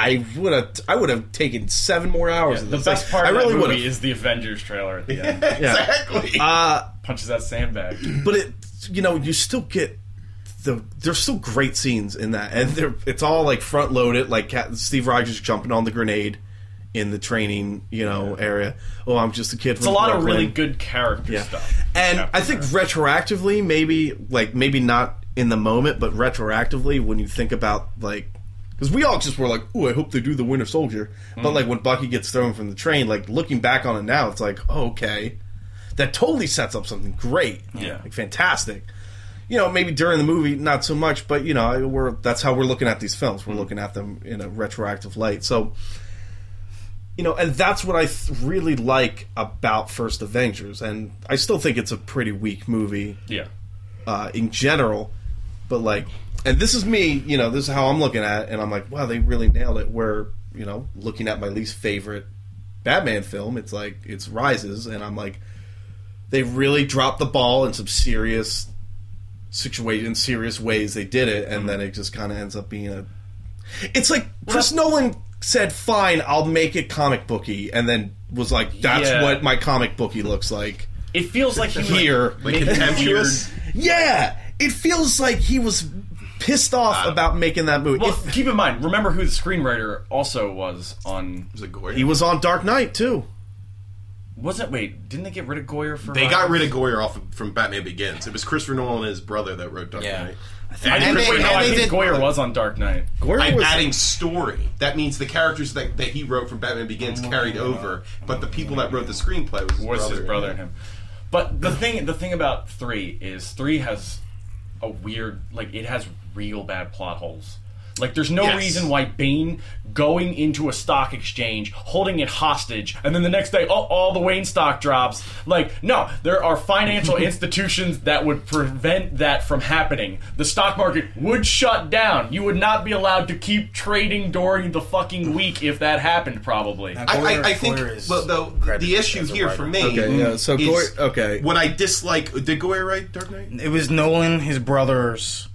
I would have I would have taken seven more hours. of
The
this.
best part
I
of
really
that
would
movie is the Avengers trailer at the end.
Exactly.
Uh,
Punches that sandbag.
but it you know you still get the there's still great scenes in that and they're it's all like front loaded like Cat, steve rogers jumping on the grenade in the training you know area oh i'm just a kid
It's a lot of really good character stuff.
and
Captain
i think
America.
retroactively maybe like maybe not in the moment but retroactively when you think about like because we all just were like, "Ooh, I hope they do the Winter Soldier,"
Mm-hmm.
but like when Bucky gets thrown from the train, like looking back on it now, it's like, oh, "Okay, that totally sets up something great,
Yeah.
like fantastic." you know, maybe during the movie, not so much, but you know, we're that's how we're looking at these films. We're looking at them in a retroactive light. So, you know, and that's what I th- really like about First Avengers, and I still think it's a pretty weak movie
Yeah.
uh, in general, but like, and this is me, you know, this is how I'm looking at it, and I'm like, wow, they really nailed it. Where, you know, looking at my least favorite Batman film, it's like, it's Rises, and I'm like, they really dropped the ball in some serious situation, in serious ways they did it, and then it just kind of ends up being a. It's like Chris Nolan said, fine, I'll make it comic booky, and then was like, that's
Yeah.
what my comic booky looks like
It feels like he was
here.
like contemptuous.
Yeah, it feels like he was pissed off about making that movie.
Well,
If-
keep in mind, remember who the screenwriter also was on.
It was a Goyer.
he was on Dark Knight too.
Wasn't wait? Didn't they get rid of Goyer for?
they got rid of Goyer off of, from Batman Begins. It was Christopher Nolan and his brother that wrote Dark
Yeah.
Knight.
I
And
think,
they-
wait, no,
and
I
they did-
think Goyer was on Dark Knight.
Where
I'm
was-
adding story. That means the characters that, that he wrote from Batman Begins
Oh,
carried over, but the people that wrote the screenplay was his
was
brother.
his brother and him. But the thing, the thing about three is three has a weird, like it has real bad plot holes. Like there's no
Yes.
reason why Bane going into a stock exchange, holding it hostage, and then the next day, oh, all the Wayne stock drops. Like no, there are financial institutions that would prevent that from happening. The stock market would shut down. You would not be allowed to keep trading during the fucking week if that happened. Probably.
I, I,
Goyer-
I think
Goyer is
well, though the
credited
issue
as a
here
writer.
for me
Okay, yeah, so
is
Goyer- okay.
what I dislike did Goyer write Dark Knight?
it was Nolan, his brothers,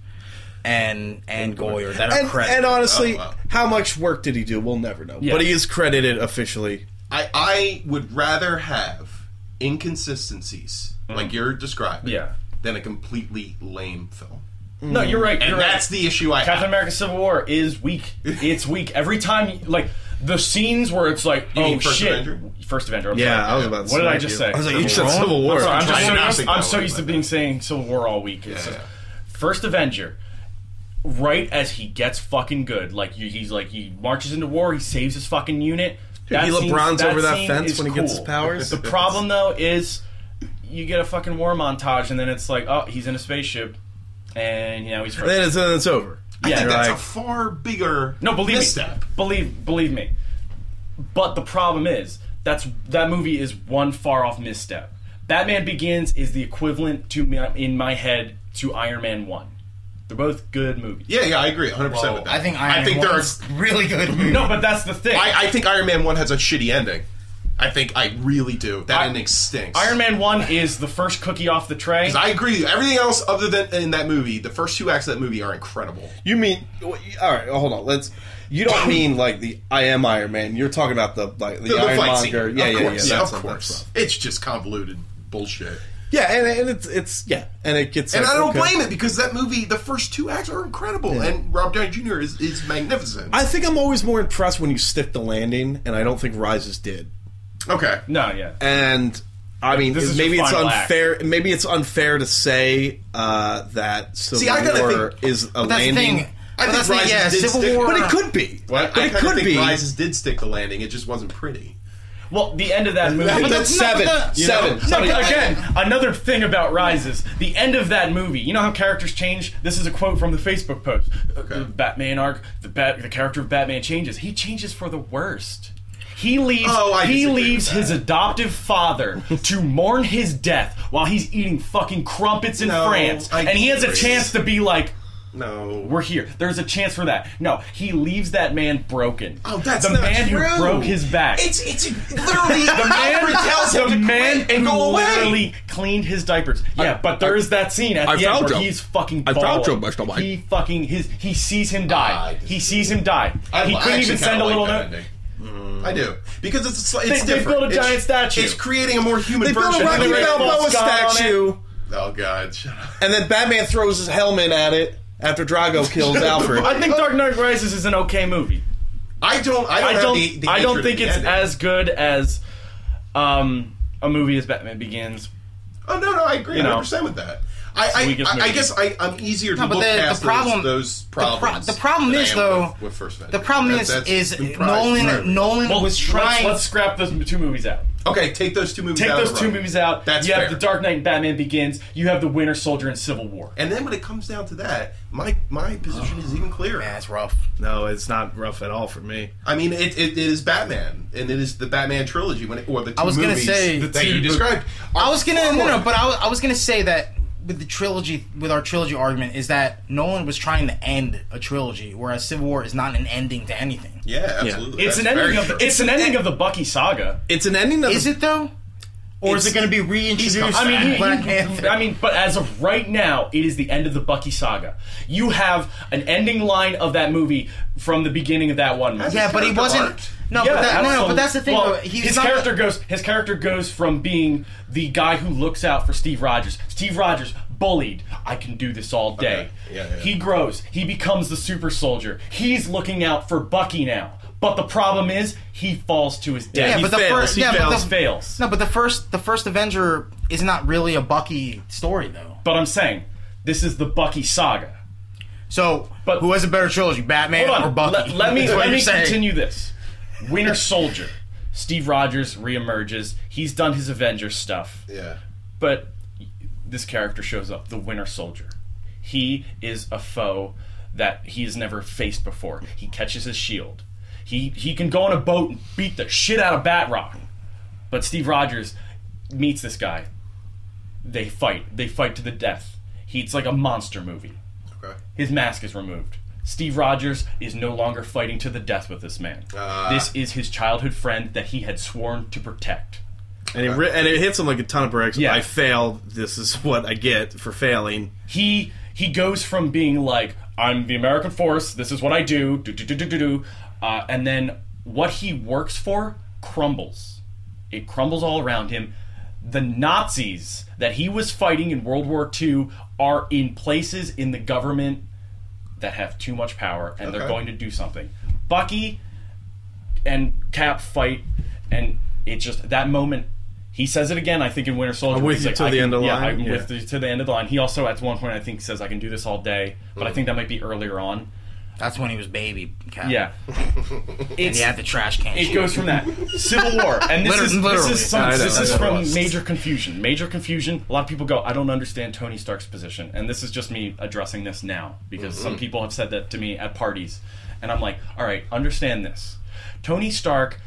and and Goyer that are
And,
credited.
and honestly,
Oh, wow.
how much work did he do? We'll never know.
Yeah.
But he is credited officially.
I I would rather have inconsistencies like you're describing
Hmm. Yeah.
than a completely lame film.
No, you're right.
And
you're right.
that's the issue I
Captain
have.
America: Civil War is weak. It's weak every time. Like the scenes where it's like,
You
oh
mean First
shit,
Avenger?
First Avenger. I'm
Yeah,
sorry.
I was about to.
What did I
smack
just
you.
say? I was like,
you
you said
said
Civil War.
Sorry, I'm just
I
so
did not
used,
think
I'm
that
so
was
used to
my
being saying Civil War all week. It's
Yeah,
just, First Avenger. Right as he gets fucking good, like you- he's like he marches into war, he saves his fucking unit. That
he
scene's-
LeBron's over that
scene
fence
is
when he gets his
cool.
powers?
The problem though is you get a fucking war montage, and then it's like, oh, he's in a spaceship, and you know he's.
Then it's, then it's over.
I
Yeah,
think
You're
that's
like,
a far bigger
No, believe
misstep.
me. Believe believe me. But the problem is that's that movie is one far off misstep. Batman Begins is the equivalent to me, in my head to Iron Man One. They're both good movies.
Yeah, yeah, I agree 100% with that.
I think Iron
I think
Man
there are
one's really good. Movie.
No, but that's the thing.
I, I think Iron Man one has a shitty ending. I think I really do. That
I-
ending stinks.
Iron Man One is the first cookie off the tray.
'Cause I agree. with you. Everything else other than in that movie, the first two acts of that movie are incredible.
You mean all right? Hold on. Let's. You don't mean like the I am Iron Man. You're talking about the like the,
The, the
Iron
fight scene,
Monger. Yeah,
of
yeah, yeah.
course,
that's-
of
that's
course.
rough.
It's just convoluted bullshit.
Yeah, and, and it's it's yeah, and it gets.
And
like,
I don't
okay.
blame it because that movie, the first two acts are incredible, and Rob Downey Jr. is, is magnificent.
I think I'm always more impressed when you stick the landing, and I don't think Rises did.
okay,
no, yeah.
And I mean,
This is
maybe
your
it's
final act.
unfair. Maybe it's unfair to say uh, that Civil
See, I gotta
War
think-
is a
But that's the
landing,
thing.
I
But
think
that's the-
Rises
yeah,
did
Civil
stick-
War.
but it could be.
Well, I,
but it
kind of
could
think
be.
Rises did stick the landing. It just wasn't pretty.
Well, the end of that movie.
That- that's
no,
seven.
no, no.
seven.
No,
Somebody-
again, another thing about Rises, the end of that movie. You know how characters change. This is a quote from the Facebook post. The Batman arc, the bat, the character of Batman changes. He changes for the worst. He leaves.
Oh, I
he
disagree with
leaves
that.
his adoptive father to mourn his death while he's eating fucking crumpets in
No,
France,
I
and he has a
disagree.
chance to be like.
no.
We're here. There's a chance for that. No, he leaves that man broken.
Oh, that's
the
not
man
true.
who broke his back.
It's it's literally the
man,
man tells him
the
to
man
quit and
who
go away.
literally cleaned his diapers. Yeah, but there
I-
is that scene at
I
the end
found
where
him.
he's fucking.
I found
bawling.
him, Mr. White.
He fucking his. He sees him
I
die.
disagree.
he sees him die. he
I
couldn't
actually
even
kinda
send a
like
little
that
note.
ending. Mm. I do because it's it's
They- they
different.
built a
It's-
giant statue.
It's creating a more human
They built
version.
a
of
Rocky
the
Red
Red Bull.
Balboa
Bull scar on
statue,
Oh God, shut up.
and then Batman throws his helmet at it after Drago kills Alfred.
I think Dark Knight Rises is an okay movie.
I don't. I don't.
I
have
don't.
the, the
I don't
hatred
think
of the
it's
ending.
as good as um, a movie as Batman Begins.
Oh no, no, I agree
You know.
100 percent with that. I I,
weakest
I, I
movie.
guess I, I'm easier to
No, but
look
the- the
past
problem-
those, those
the pro-
problems.
the problem
than I
is,
am
though,
with, with first Avenger.
The problem
That-
is,
that's
is
been prized forever.
Nolan Nolan
Well,
was
let's-
trying.
Let's, scrap those two movies out.
Okay, take those two movies.
Take
out of
those
the
two
run.
movies out.
That's
you
fair.
have the Dark Knight and Batman Begins. You have the Winter Soldier and Civil War.
And then when it comes down to that, my my position is even clearer.
Man, that's rough.
No, it's not rough at all for me.
I mean, it, it, it is Batman, and it is the Batman trilogy when it, or the two
I was gonna
movies
say-
that
The
you
two-
described.
I was gonna no no, but I was, I was gonna say that with the trilogy, with our trilogy argument, is that Nolan was trying to end a trilogy, whereas Civil War is not an ending to anything.
yeah, absolutely.
It's an
That's
ending
very
of
true.
it's an ending of the Bucky saga.
It's an ending of
Is it though, or is
It's-
it going to be reintroduced?
I mean,
in
he-
Black
he-
Panther?
I mean, but as of right now, it is the end of the Bucky saga. You have an ending line of that movie from the beginning of that one movie.
yeah, but he
character
wasn't.
arc.
No, but that, no, no,
absolutely.
but that's the thing.
Well,
though. He's
his
not-
character goes. His character goes from being the guy who looks out for Steve Rogers. Steve Rogers bullied. I can do this all day.
Yeah, yeah.
He grows. He becomes the super soldier. He's looking out for Bucky now. But the problem is, he falls to his death.
Yeah,
he
but the
fails.
first,
He
yeah,
fails,
but the,
fails.
No, but the first, the first Avenger is not really a Bucky story though.
But I'm saying, this is the Bucky saga.
So,
But-
who has a better trilogy, Batman
Hold
or
on.
Bucky?
Let, let me
That's what
let
you're
me
saying.
continue this. Winter Soldier. Steve Rogers reemerges. He's done his Avengers stuff.
yeah.
But this character shows up, the Winter Soldier. He is a foe that he has never faced before. He catches his shield. He he can go on a boat and beat the shit out of Batrock. But Steve Rogers meets this guy. They fight. They fight to the death. He, it's like a monster movie.
Okay.
His mask is removed. Steve Rogers is no longer fighting to the death with this man.
Ah.
this is his childhood friend that he had sworn to protect.
and it re- and it hits him like a ton of bricks.
Yeah.
I failed. This is what I get for failing.
He he goes from being like, "I'm the American force. This is what I do," do do do do do do, uh, and then what he works for crumbles. It crumbles all around him. The Nazis that he was fighting in World War II are in places in the government that have too much power, and they're
Okay.
going to do something. Bucky and Cap fight, and it just that moment. He says it again, I think, in Winter Soldier.
I'm with
He's
you till
I
the
can-
end of the
yeah,
line,
I'm
yeah.
with the, to the end of the line. He also, at one point, I think, says, "I can do this all day," but
Mm.
I think that might be earlier on.
That's when he was baby. Cap.
Yeah,
and he had the trash can.
it goes from that Civil War, and this
Liter-
is this
literally.
is, some,
I know,
this
I
is
know.
from major confusion. Major confusion. A lot of people go, "I don't understand Tony Stark's position," and this is just me addressing this now because
Mm-hmm.
some people have said that to me at parties, and I'm like, "All right, understand this." Tony Stark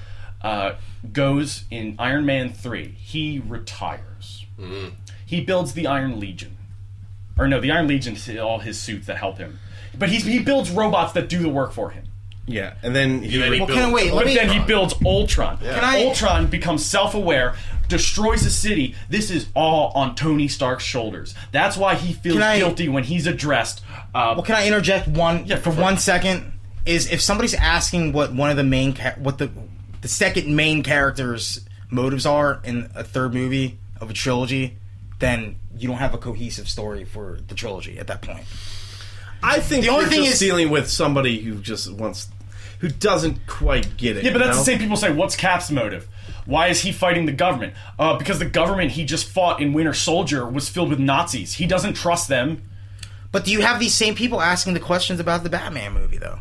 uh, goes in Iron Man three. He retires.
Mm-hmm.
He builds the Iron Legion. Or no, the Iron Legion is all his suits that help him. But he's, he builds robots that do the work for him.
Yeah, and then he
Well,
Well, can I wait? Let
But
me. uh,
then he builds Ultron.
Can I-
Ultron becomes self-aware, destroys the city. This is all on Tony Stark's shoulders. That's why he feels
Can I-
guilty when he's addressed. Uh,
Well, can I interject one for
sure.
one second? Is if somebody's asking what one of the main cha- what the the second main character's motives are in a third movie of a trilogy, then you don't have a cohesive story for the trilogy at that point.
I think the
only
only
thing
thing just
is-
dealing with somebody who just wants, who doesn't quite get it.
yeah, but that's
you
the
know?
same people say, "What's Cap's motive? Why is he fighting the government? Uh, because the government he just fought in Winter Soldier was filled with Nazis. He doesn't trust them.
But do you have these same people asking the questions about the Batman movie though?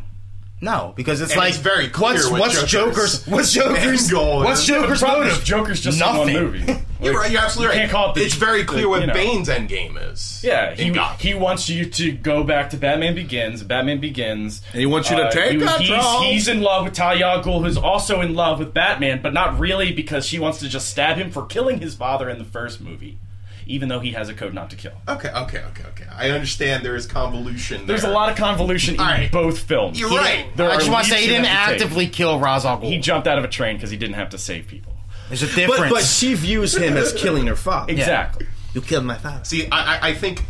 No, because it's
And
like
it's very clear
what's
what
what's
Joker's
Joker's what's Joker's
end goal
what's
is.
The
Joker's
problem is
motive?
Joker's just in
Nothing.
one movie.
You're right. You're absolutely
you
right.
can't call it the-
it's very clear
the-
what
you know.
Bane's end game is.
Yeah,
in
he,
Gotham.
he wants you to go back to Batman Begins. Batman Begins.
And he wants you to take control.
He's, he's in love with Talia al Ghul, who's also in love with Batman, but not really because she wants to just stab him for killing his father in the first movie, even though he has a code not to kill.
Okay, okay, okay, okay. I understand there is convolution.
There's a
there.
lot of convolution in
right.
both films.
You're
He-
right.
there
I
are
just want to say
leaps
he
you
didn't
have to take.
actively kill Ra's al Ghul.
He jumped out of a train because he didn't have to save people.
There's a
But,
difference.
but she views him as killing her father.
Exactly.
You killed my father.
See, I, I- I think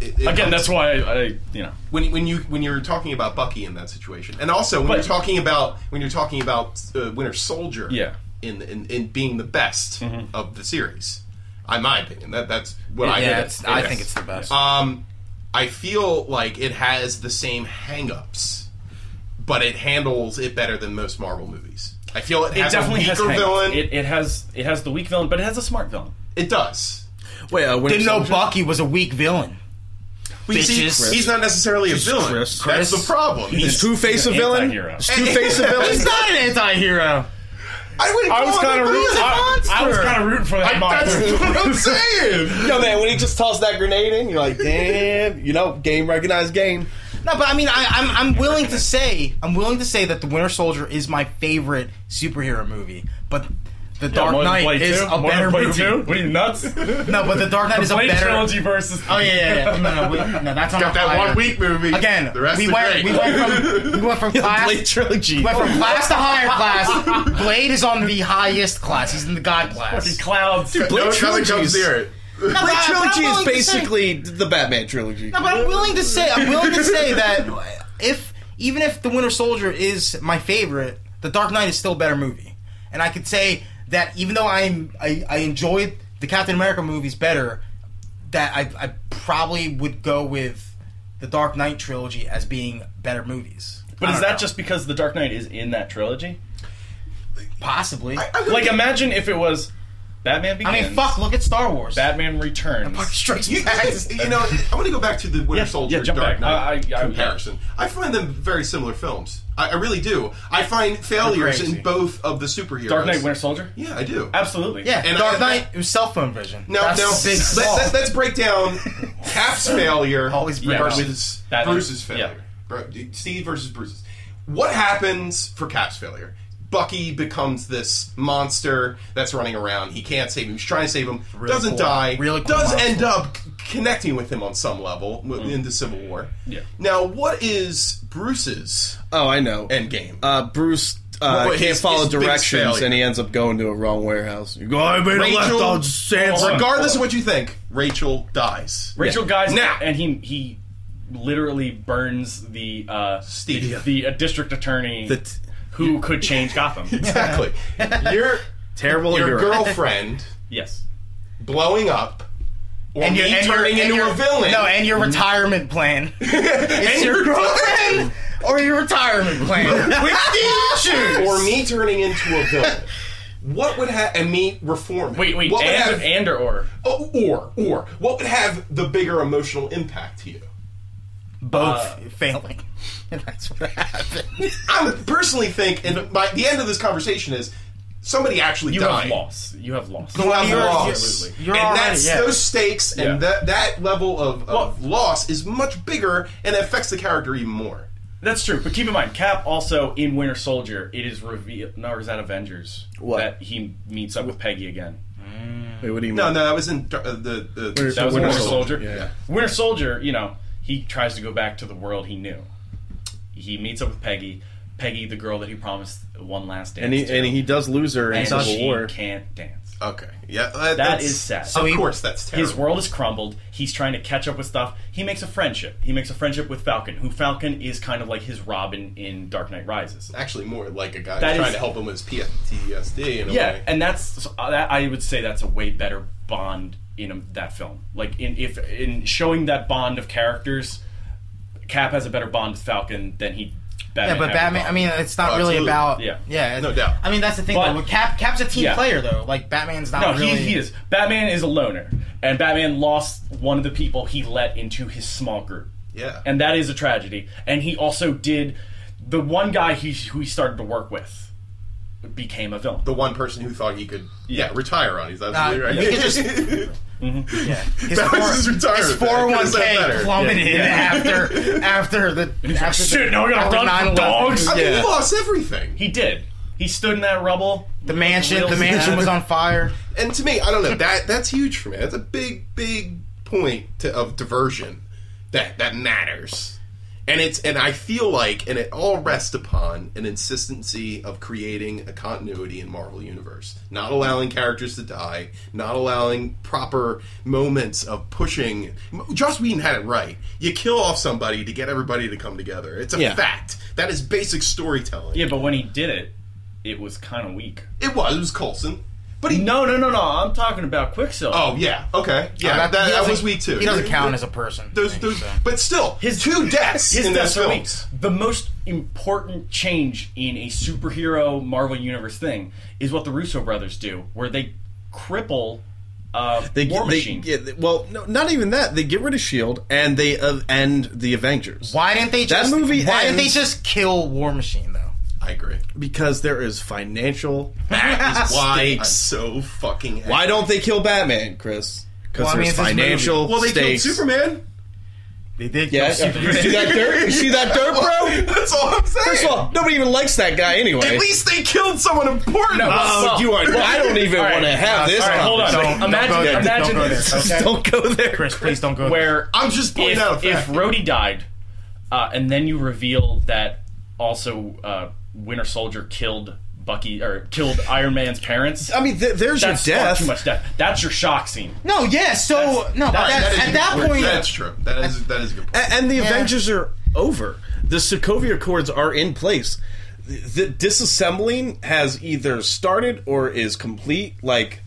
it, it
Again,
comes-
that's why I, I you know.
when when you when you're talking about Bucky in that situation, and also when
But-
you're talking about when you're talking about uh, Winter Soldier,
Yeah.
in, in in being the best of the series, in my opinion, that that's what I
Mm-hmm. yeah,
did.
it's, I think it's the best.
Um, I feel like it has the same hangups, but it handles it better than most Marvel movies. I feel it,
It
has
definitely
a
has
weaker
hangups.
villain. It,
It, it has it has the weak villain, but it has a smart villain.
does.
Wait, uh, Winter
Didn't know
Soldier?
Bucky was a weak villain.
Well, you see,
Bitches.
he's not necessarily a villain.
Chris.
That's
Chris.
the problem.
Is
He's-
Two Face a
an
villain?
anti-hero.
Is Two Face a
He's
villain?
not an anti-hero.
I wouldn't
I
call
was
him a
kind of
villain.
rooting. I, I was kind of rooting for that. monster.
That's what I'm saying.
Yo, man, when he just tossed that grenade in, you're like, damn. You know, game recognized game.
No, but I mean, I, I'm I'm willing to say I'm willing to say that the Winter Soldier is my favorite superhero movie, but the Dark
More than
Knight
Blade
is
2?
a
More than
better
Blade
movie.
2? What are you nuts?
No, but the Dark Knight is a
Blade
better.
trilogy versus.
Oh yeah, yeah, yeah. No, no, we, no that's not
Got that one week movie.
Again,
the rest
we
are great.
went we went from we went from
Blade
class
trilogy.
went from class to higher class. Blade is on the highest class. He's in the God class.
Fucking clouds.
no,
Blade
nothing comes
trilogies.
near it.
No, but
Blade
I- but I'm
trilogy is
willing to say-
basically the Batman trilogy.
No, but I'm willing to say I'm willing to say that if even if the Winter Soldier is my favorite, the Dark Knight is still a better movie, and I could say that even though I'm I, I enjoyed the Captain America movies better, that I, I probably would go with the Dark Knight trilogy as being better movies.
But
I
is
don't
that
know.
just because the Dark Knight is in that trilogy?
possibly? I,
Like, imagine if it was Batman Begins.
mean, fuck! Look at Star Wars.
Batman Returns.
Fucking strikes me
You, you know, I want to go back to the Winter
Yeah,
Soldier
yeah, jump
Dark
back. I-
Knight
I- I-
comparison. I find them very similar films. I, I really do. I find failures
crazy.
in both of the superheroes.
Dark Knight Winter Soldier.
Yeah, I do.
Absolutely.
Yeah,
And
Dark
I-
Knight. it was cell phone vision.
Now,
That's
now
big
let,
flaw.
let, let's break down Cap's failure
Always bring
versus
that up.
Bruce's
Yeah.
failure. Bru- Steve versus Bruce's. What happens for Cap's failure? Bucky becomes this monster that's running around. He can't save him. He's trying to save him. doesn't
cool-
die.
really cool
does
monster.
end up c- connecting with him on some level w- in the Civil War.
Yeah.
Now, what is Bruce's
Oh, I know.
endgame?
uh, Bruce uh,
Well, wait,
can't
his-
follow
his biggest
directions,
failure.
and he ends up going to a wrong warehouse. You go, I made a left
Rachel-
on Sanford.
Hold on.
Uh, Regardless of what you think, Rachel dies.
Rachel guys
Now.
and he he literally burns the uh
Steve.
the, the, uh, district attorney
That
who could change Gotham.
Exactly. Your
terrible
your
hero.
girlfriend.
yes.
blowing up, or
and
me
you're and you're-
turning
and
into
you're-
a villain.
No, and your retirement plan.
and
your
girlfriend,
or your retirement plan. Which do you choose?
or me turning into a villain. What would have and me reforming?
Wait, wait,
What would
and,
have,
and or or.
oh, or or what would have the bigger emotional impact to you?
Both failing. And that's what happened.
I personally think, and by the end of this conversation is somebody actually
You
dying.
have loss. You have loss.
You have
You're-
loss.
you're- you're
and
already-
that's
yeah.
those stakes
Yeah.
and that that level of, of
Well-
loss is much bigger and affects the character even more.
That's true, but keep in mind, Cap also in Winter Soldier, it is revealed. No, is that Avengers?
What?
That he meets up with Peggy again.
Wait, what do you mean?
No, no, that was in uh, the, the
That was
Winter
Winter,
Soldier,
Soldier.
yeah.
Winter Soldier, you know, he tries to go back to the world he knew. He meets up with Peggy. Peggy, the girl that he promised one last dance
And he
to,
and he does lose her in
and
Civil
she
War.
can't dance.
Okay. Yeah. that-
That
that's,
is sad.
Of
So
he-
course, that's terrible.
His world is crumbled. He's trying to catch up with stuff. He makes a friendship. He makes a friendship with Falcon, who Falcon is kind of like his Robin in Dark Knight Rises.
Actually, more like a guy
That
trying
is-
to help him with his PTSD. In a
Yeah,
way.
and that's so, uh, that, I would say that's a way better bond in um that film. Like in if in showing that bond of characters, Cap has a better bond with Falcon than he.
Yeah,
Batman
but
had with
Batman. I
Robin.
mean, it's not
Oh,
really
absolutely.
about.
Yeah.
yeah,
No doubt.
I mean, that's the thing.
But-
though. with Cap, Cap's a team
Yeah.
player, though. Like Batman's not
No,
really.
he, he is. Batman is a loner, and Batman lost one of the people he let into his small group.
Yeah.
and that is a tragedy. And he also did. the one guy he who he started to work with became a villain.
the one person who thought he could, yeah, retire on. He's absolutely
Uh,
right.
we could just- Yeah. His
That was
four-
his retirement.
His
It could've
four oh one
said
k
better.
plummeted after after the after
Shit, now I gotta
after
run from
9/11.
dogs.
I mean,
Yeah.
he lost everything.
He did. He stood in that rubble.
The mansion, the
Wheels-
mansion was on fire.
and to me, I don't know that that's huge for me. That's a big, big point to, of diversion that that matters. And it's and I feel like and it all rests upon an insistency of creating a continuity in Marvel Universe, not allowing characters to die, not allowing proper moments of pushing. Joss Whedon had it right. You kill off somebody to get everybody to come together. It's a
Yeah.
fact. That is basic storytelling.
Yeah, but when he did it, it was kind of weak.
It was it was Coulson, but he
No, no, no, no. I'm talking about Quicksilver.
Oh yeah, okay, yeah,
Uh,
that, that,
he
that
doesn't-
was weak too.
He doesn't count as a person.
Those,
I think,
those,
so.
but still, his two deaths
His
in
death
those
are
films.
weak. The most important change in a superhero Marvel Universe thing is what the Russo brothers do, where they cripple uh,
They,
War
they-
Machine.
yeah, they- well, no, not even that. They get rid of Shield E and they uh, end the Avengers.
Why didn't they
That
just?
movie
why didn't they
ends-
just kill War Machine though?
I agree.
Because there is financial.
That is why I'm
Stakes.
so fucking. Angry.
Why don't they kill Batman, Chris? Because
Well, I mean,
there's
it's his movie.
financial
Well, they
stakes.
killed Superman.
They did
Yeah,
kill
you
Superman.
see that dirt? You see that dirt, bro?
That's all I'm saying.
First of all, nobody even likes that guy anyway.
at least they killed someone important.
oh,
well-
you are. I don't even
All right.
want to have this.
All right, hold on.
Don't-
conversation.
don't
imagine,
go there.
imagine
Don't go there.
this,
Don't-
Just Don't go there,
Chris, please don't go.
where
I'm just pointing
if,
out a
if
fact.
Rhodey died, uh, and then you reveal that also uh, Winter Soldier killed Bucky or killed Iron Man's parents.
I mean, th- there's
that's
your
far
death.
too much death. That's your shock scene.
No, yeah. So no, but
that-
that's,
is a
at
good
that
point.
point,
that's true. That is that is a good point.
A- and the Avengers are over. The Sokovia Accords are in place. The the disassembling has either started or is complete. Like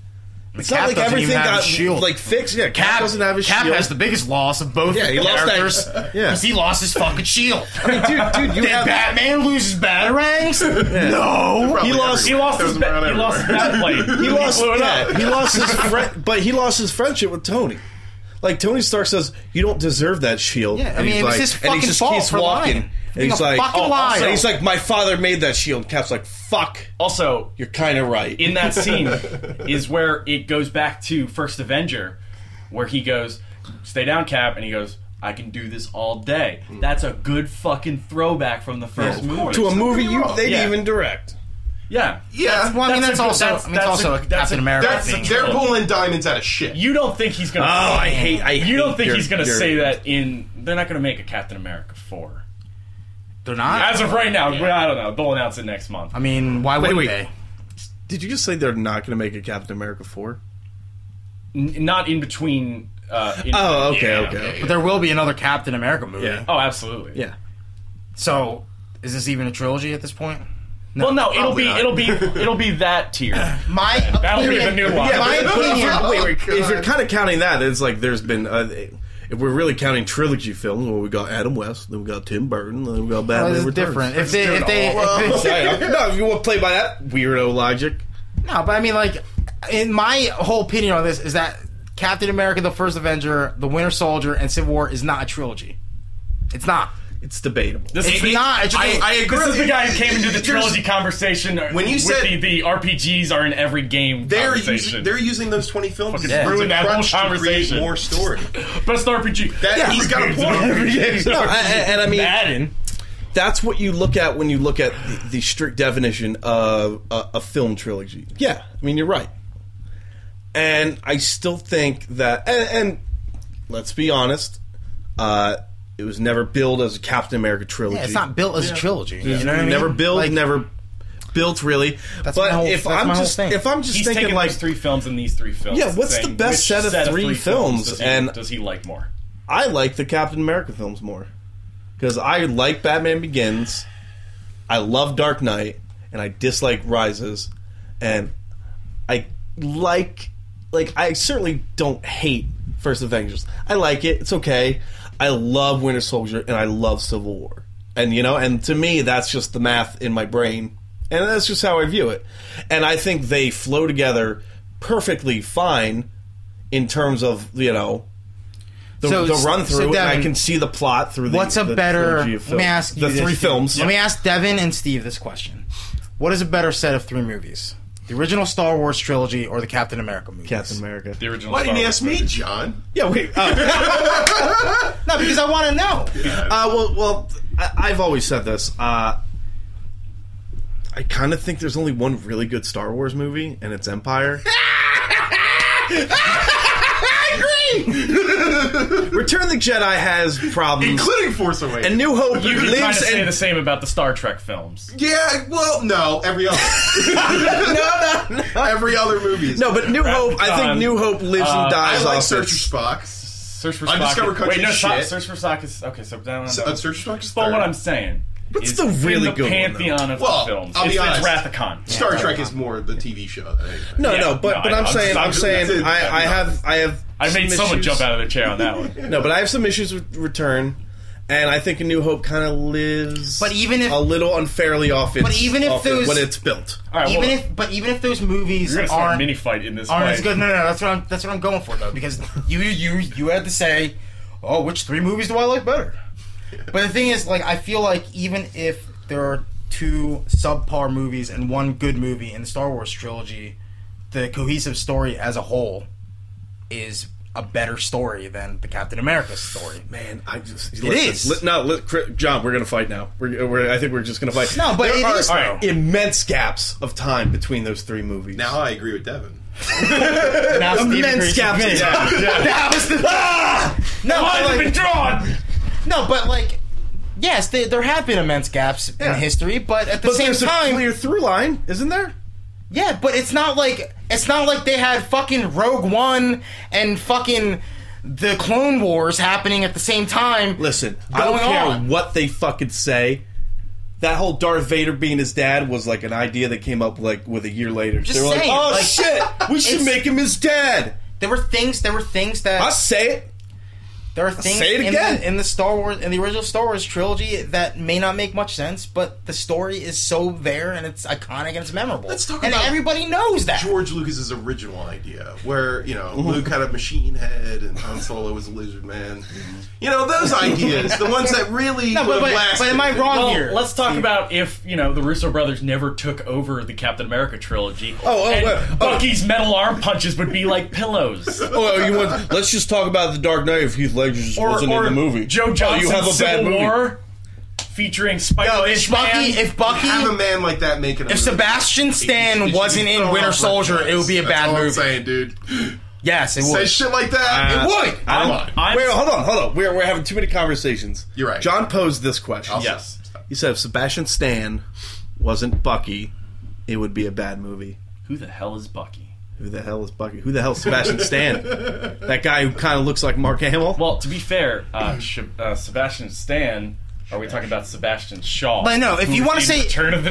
it's
Cap
not like
doesn't even
everything
have
got
his shield.
like fixed. Yeah, Cap, doesn't have his
Cap
shield.
has the biggest loss of both
Yeah, he lost that-
characters
yeah.
because he lost his fucking shield.
dude, dude, you
Did
have
Batman lose his batarangs?
no.
Probably
He
everyone
lost.
He lost
throws
his
them around
ba- he lost his
everywhere.
bat plane.
He lost.
blew it up.
yeah, he lost his friend, but he lost his friendship with Tony. Like Tony Stark says, you don't deserve that shield.
Yeah, I
And
mean,
he's
it was
like-
his
and
fucking
he just
fault
keeps
for
walking.
lying.
And
Being
he's
a
like,
fucking
oh,
liar.
and he's like, my father made that shield. Cap's like, fuck,
Also,
you're kind of right.
in that scene is where it goes back to First Avenger, where he goes, "Stay down, Cap," and he goes, "I can do this all day." That's a good fucking throwback from the first
Yeah, of
movie.
course.
to a movie you
wrong.
they
Yeah.
didn't even direct.
yeah,
Yeah,
Well, I mean, that's,
That's a-
also
that's-
I mean, it's
that's a-
also a
that's
Captain
a-
America
that's
thing.
they're pulling diamonds out of shit.
you don't think he's gonna?
Oh, I
you don't think
your-
he's gonna
your-
say that in? They're not gonna make a Captain America four.
They're not.
As of right now, I don't know. They'll announce it next month.
I mean, why would
wait.
they?
Did you just say they're not going to make a Captain America four?
N- not in between. Uh, in-
Oh, okay,
Yeah,
okay, okay.
But there will be another Captain America movie.
Yeah.
Oh, absolutely.
Yeah.
So, is this even a trilogy at this point?
Well, no, it'll
Probably
be
not.
it'll be it'll be that tier.
My
That'll be the
opinion-
new one.
Yeah, my
Yeah, but-
opinion.
Wait, wait,
if
Oh,
you're
God.
kind of counting that, it's like there's been. Uh, if we're really counting trilogy films, well, we got Adam West, then we got Tim Burton, then we got Batman.
Well, it's
Returns.
different. If they, if they, if they,
I know. no, if you want to play by that weirdo logic,
no, but I mean, like, in my whole opinion on this is that Captain America: The First Avenger, The Winter Soldier, and Civil War is not a trilogy. It's not.
it's debatable.
This
It's not. It's
I,
just-
I agree.
This is the guy who came into the
Here's-
trilogy conversation.
When you
with
said-
the, the RPGs are in every game
They're
conversation,
using, they're using those 20 films
Fucking
as a
ruined that whole
crutch to create
conversation.
more story.
best RPG.
That, he's got a
game's
point.
an RPG.
No, I- I- and I mean-
Madden.
That's what you look at when you look at the, the strict definition of a, a film trilogy. Yeah, I mean you're right, and I still think that. And, and let's be honest, uh, it was never billed as a Captain America trilogy.
Yeah, it's not built as a trilogy. You know what I mean?
never built,
Like,
never built really.
That's
but
my whole-
if
that's
I'm
my whole
just
thing.
if I'm just
He's
thinking
taking
like
these three films and these three films.
Yeah, what's the
saying,
best
which
set of three films
does he,
and-
does he like more?
I like the Captain America films more because I like Batman Begins. I love Dark Knight, and I dislike Rises, and I like like I certainly don't hate First Avengers. I like it; it's okay. I love Winter Soldier, and I love Civil War, and you know, and to me, that's just the math in my brain, and that's just how I view it. And I think they flow together perfectly fine in terms of you know the,
So
the
it's-
run
so
through, and I
Devin,
can see the plot through. The,
What's a
the
better?
trilogy of
Let me
films.
ask you
the
this,
three
Steve.
films.
Let me ask Devin and Steve this question: What is a better set of three movies? The original Star Wars trilogy or the Captain America movies?
Captain America.
The original.
Why
Star
didn't you
Wars
ask me, John?
Yeah, wait. Uh,
No, because I want to know.
uh, well, well, I, I've always said this. Uh, I kind of think there's only one really good Star Wars movie, and it's Empire. Return of the Jedi has problems.
Including Force Awakens.
And New Hope
You can kind
lives
of say
and
the same about the Star Trek films.
yeah, well, no, every other.
no, no, no.
every other movie is.
No, but New Hope. I think
Um,
New Hope lives
uh,
and dies.
I like
off
Search
its-
for Spock.
Search for
Undiscovered
Wait,
Country
no,
is
Sock-
shit.
Search for Sock is okay. So that one.
So, uh, Search for Spock is
but
third.
what I'm saying.
What's
is
the really
in the
good one, though?
pantheon of
Well,
films?
I'll be
it's,
honest.
It's Wrath of Khan.
Star Trek is more the TV show. Than anything.
No,
Yeah,
no, but
no,
but
I-
I'm
I'm
saying
sorry.
I'm saying
That's it.
I, I have I have
I made
some
someone
issues-
jump out of their chair on that one.
No, but I have some issues with Return, and I think A New Hope kind of lives,
But even if-
a little unfairly off its,
But even if
off it-
those-
what it's built.
All right,
even
well,
if, but even if those movies
you're gonna start a
aren't
mini fight in this
aren't
fight.
as good, no, no, no, that's what I'm that's what I'm going for though, because you you you had to say, oh, which three movies do I like better? But the thing is, like, I feel like even if there are two subpar movies and one good movie in the Star Wars trilogy, the cohesive story as a whole is a better story than the Captain America story.
Man, I just it
is.
no, li- Chris- John, we're gonna fight now. We're, we're I think we're just gonna fight.
No, but
there
it
are
is, though.
immense gaps of time between those three movies.
Now I agree with Devin.
Now Steve agrees
immense
with
gaps.
me.
of time.
That was the
Ah!
no,
Lines
but
have
like-
been drawn.
No, but like, yes, there there have been immense gaps
Yeah.
in history, but at the
But
same
there's
time,
a clear through line, isn't there?
yeah, but it's not like it's not like they had fucking Rogue One and fucking the Clone Wars happening at the same time.
Listen, I don't
Going
care
on.
what they fucking say. That whole Darth Vader being his dad was like an idea that came up like with a year later.
Just
they were
saying,
like, "Oh
like,
shit, we should
it's-
make him his dad."
there were things, there were things that
I say it.
there are things
say it again.
In, the, in the Star Wars in the original Star Wars trilogy that may not make much sense, but the story is so there and it's iconic and it's memorable.
Let's talk
and
about
everybody knows that.
George Lucas's original idea, where you
Mm-hmm.
know Luke had a machine head and Han Solo was a lizard man.
Mm-hmm.
You know those ideas, the ones that really
No, but,
would have
but,
lasted.
but am I wrong
Well,
here?
let's talk about if you know the Russo brothers never took over the Captain America trilogy.
oh,
and
wait, oh.
Bucky's metal arm punches would be like pillows.
Oh, you want? Let's just talk about the Dark Knight if Heath Ledger just wasn't in the movie.
Joe
Oh,
Johnson's Civil War featuring Spike
Yo,
Lee.
if Bucky, if Bucky,
Have a man like that making.
If Sebastian Stan wasn't
Oh,
in Winter Soldier, it would be a bad
i
movie.
saying, dude.
Yes, it
Say
would.
shit like that.
Uh,
it would.
I'm-
Come on.
I'm-
Wait, hold on, hold on. We're, we're having too many conversations.
You're right.
John posed this question.
I'll
Yes.
stop.
He said if Sebastian Stan wasn't Bucky, it would be a bad movie.
who the hell is Bucky?
Who the hell is Bucky? Who the hell is Sebastian Stan? that guy who kind of looks like Mark Hamill.
Well, to be fair, uh, Sh- uh, Sebastian Stan. Are we talking about Sebastian Shaw?
But no, if
who
you wanna
was in
say-
Return of the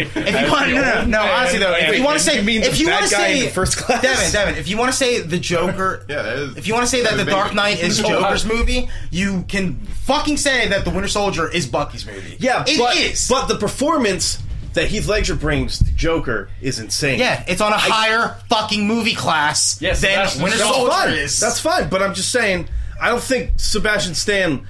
If you want, no, no, no. Honestly though, if you want to say,
mean
if
the
you
bad
want to
guy in
say,
the first class?
Devin, Devin, if you want to say the Joker,
Yeah, that is-
If you want to say that the
Amazing.
Dark Knight is Joker's movie, you can fucking say that the Winter Soldier is Bucky's movie.
yeah,
it is.
but, But the performance that Heath Ledger brings to Joker is insane.
yeah, it's on a higher fucking movie class
Yes,
than
Sebastian
Winter
Shaw.
Soldier
that's fine.
is.
That's fine. But I'm just saying, I don't think Sebastian Stan.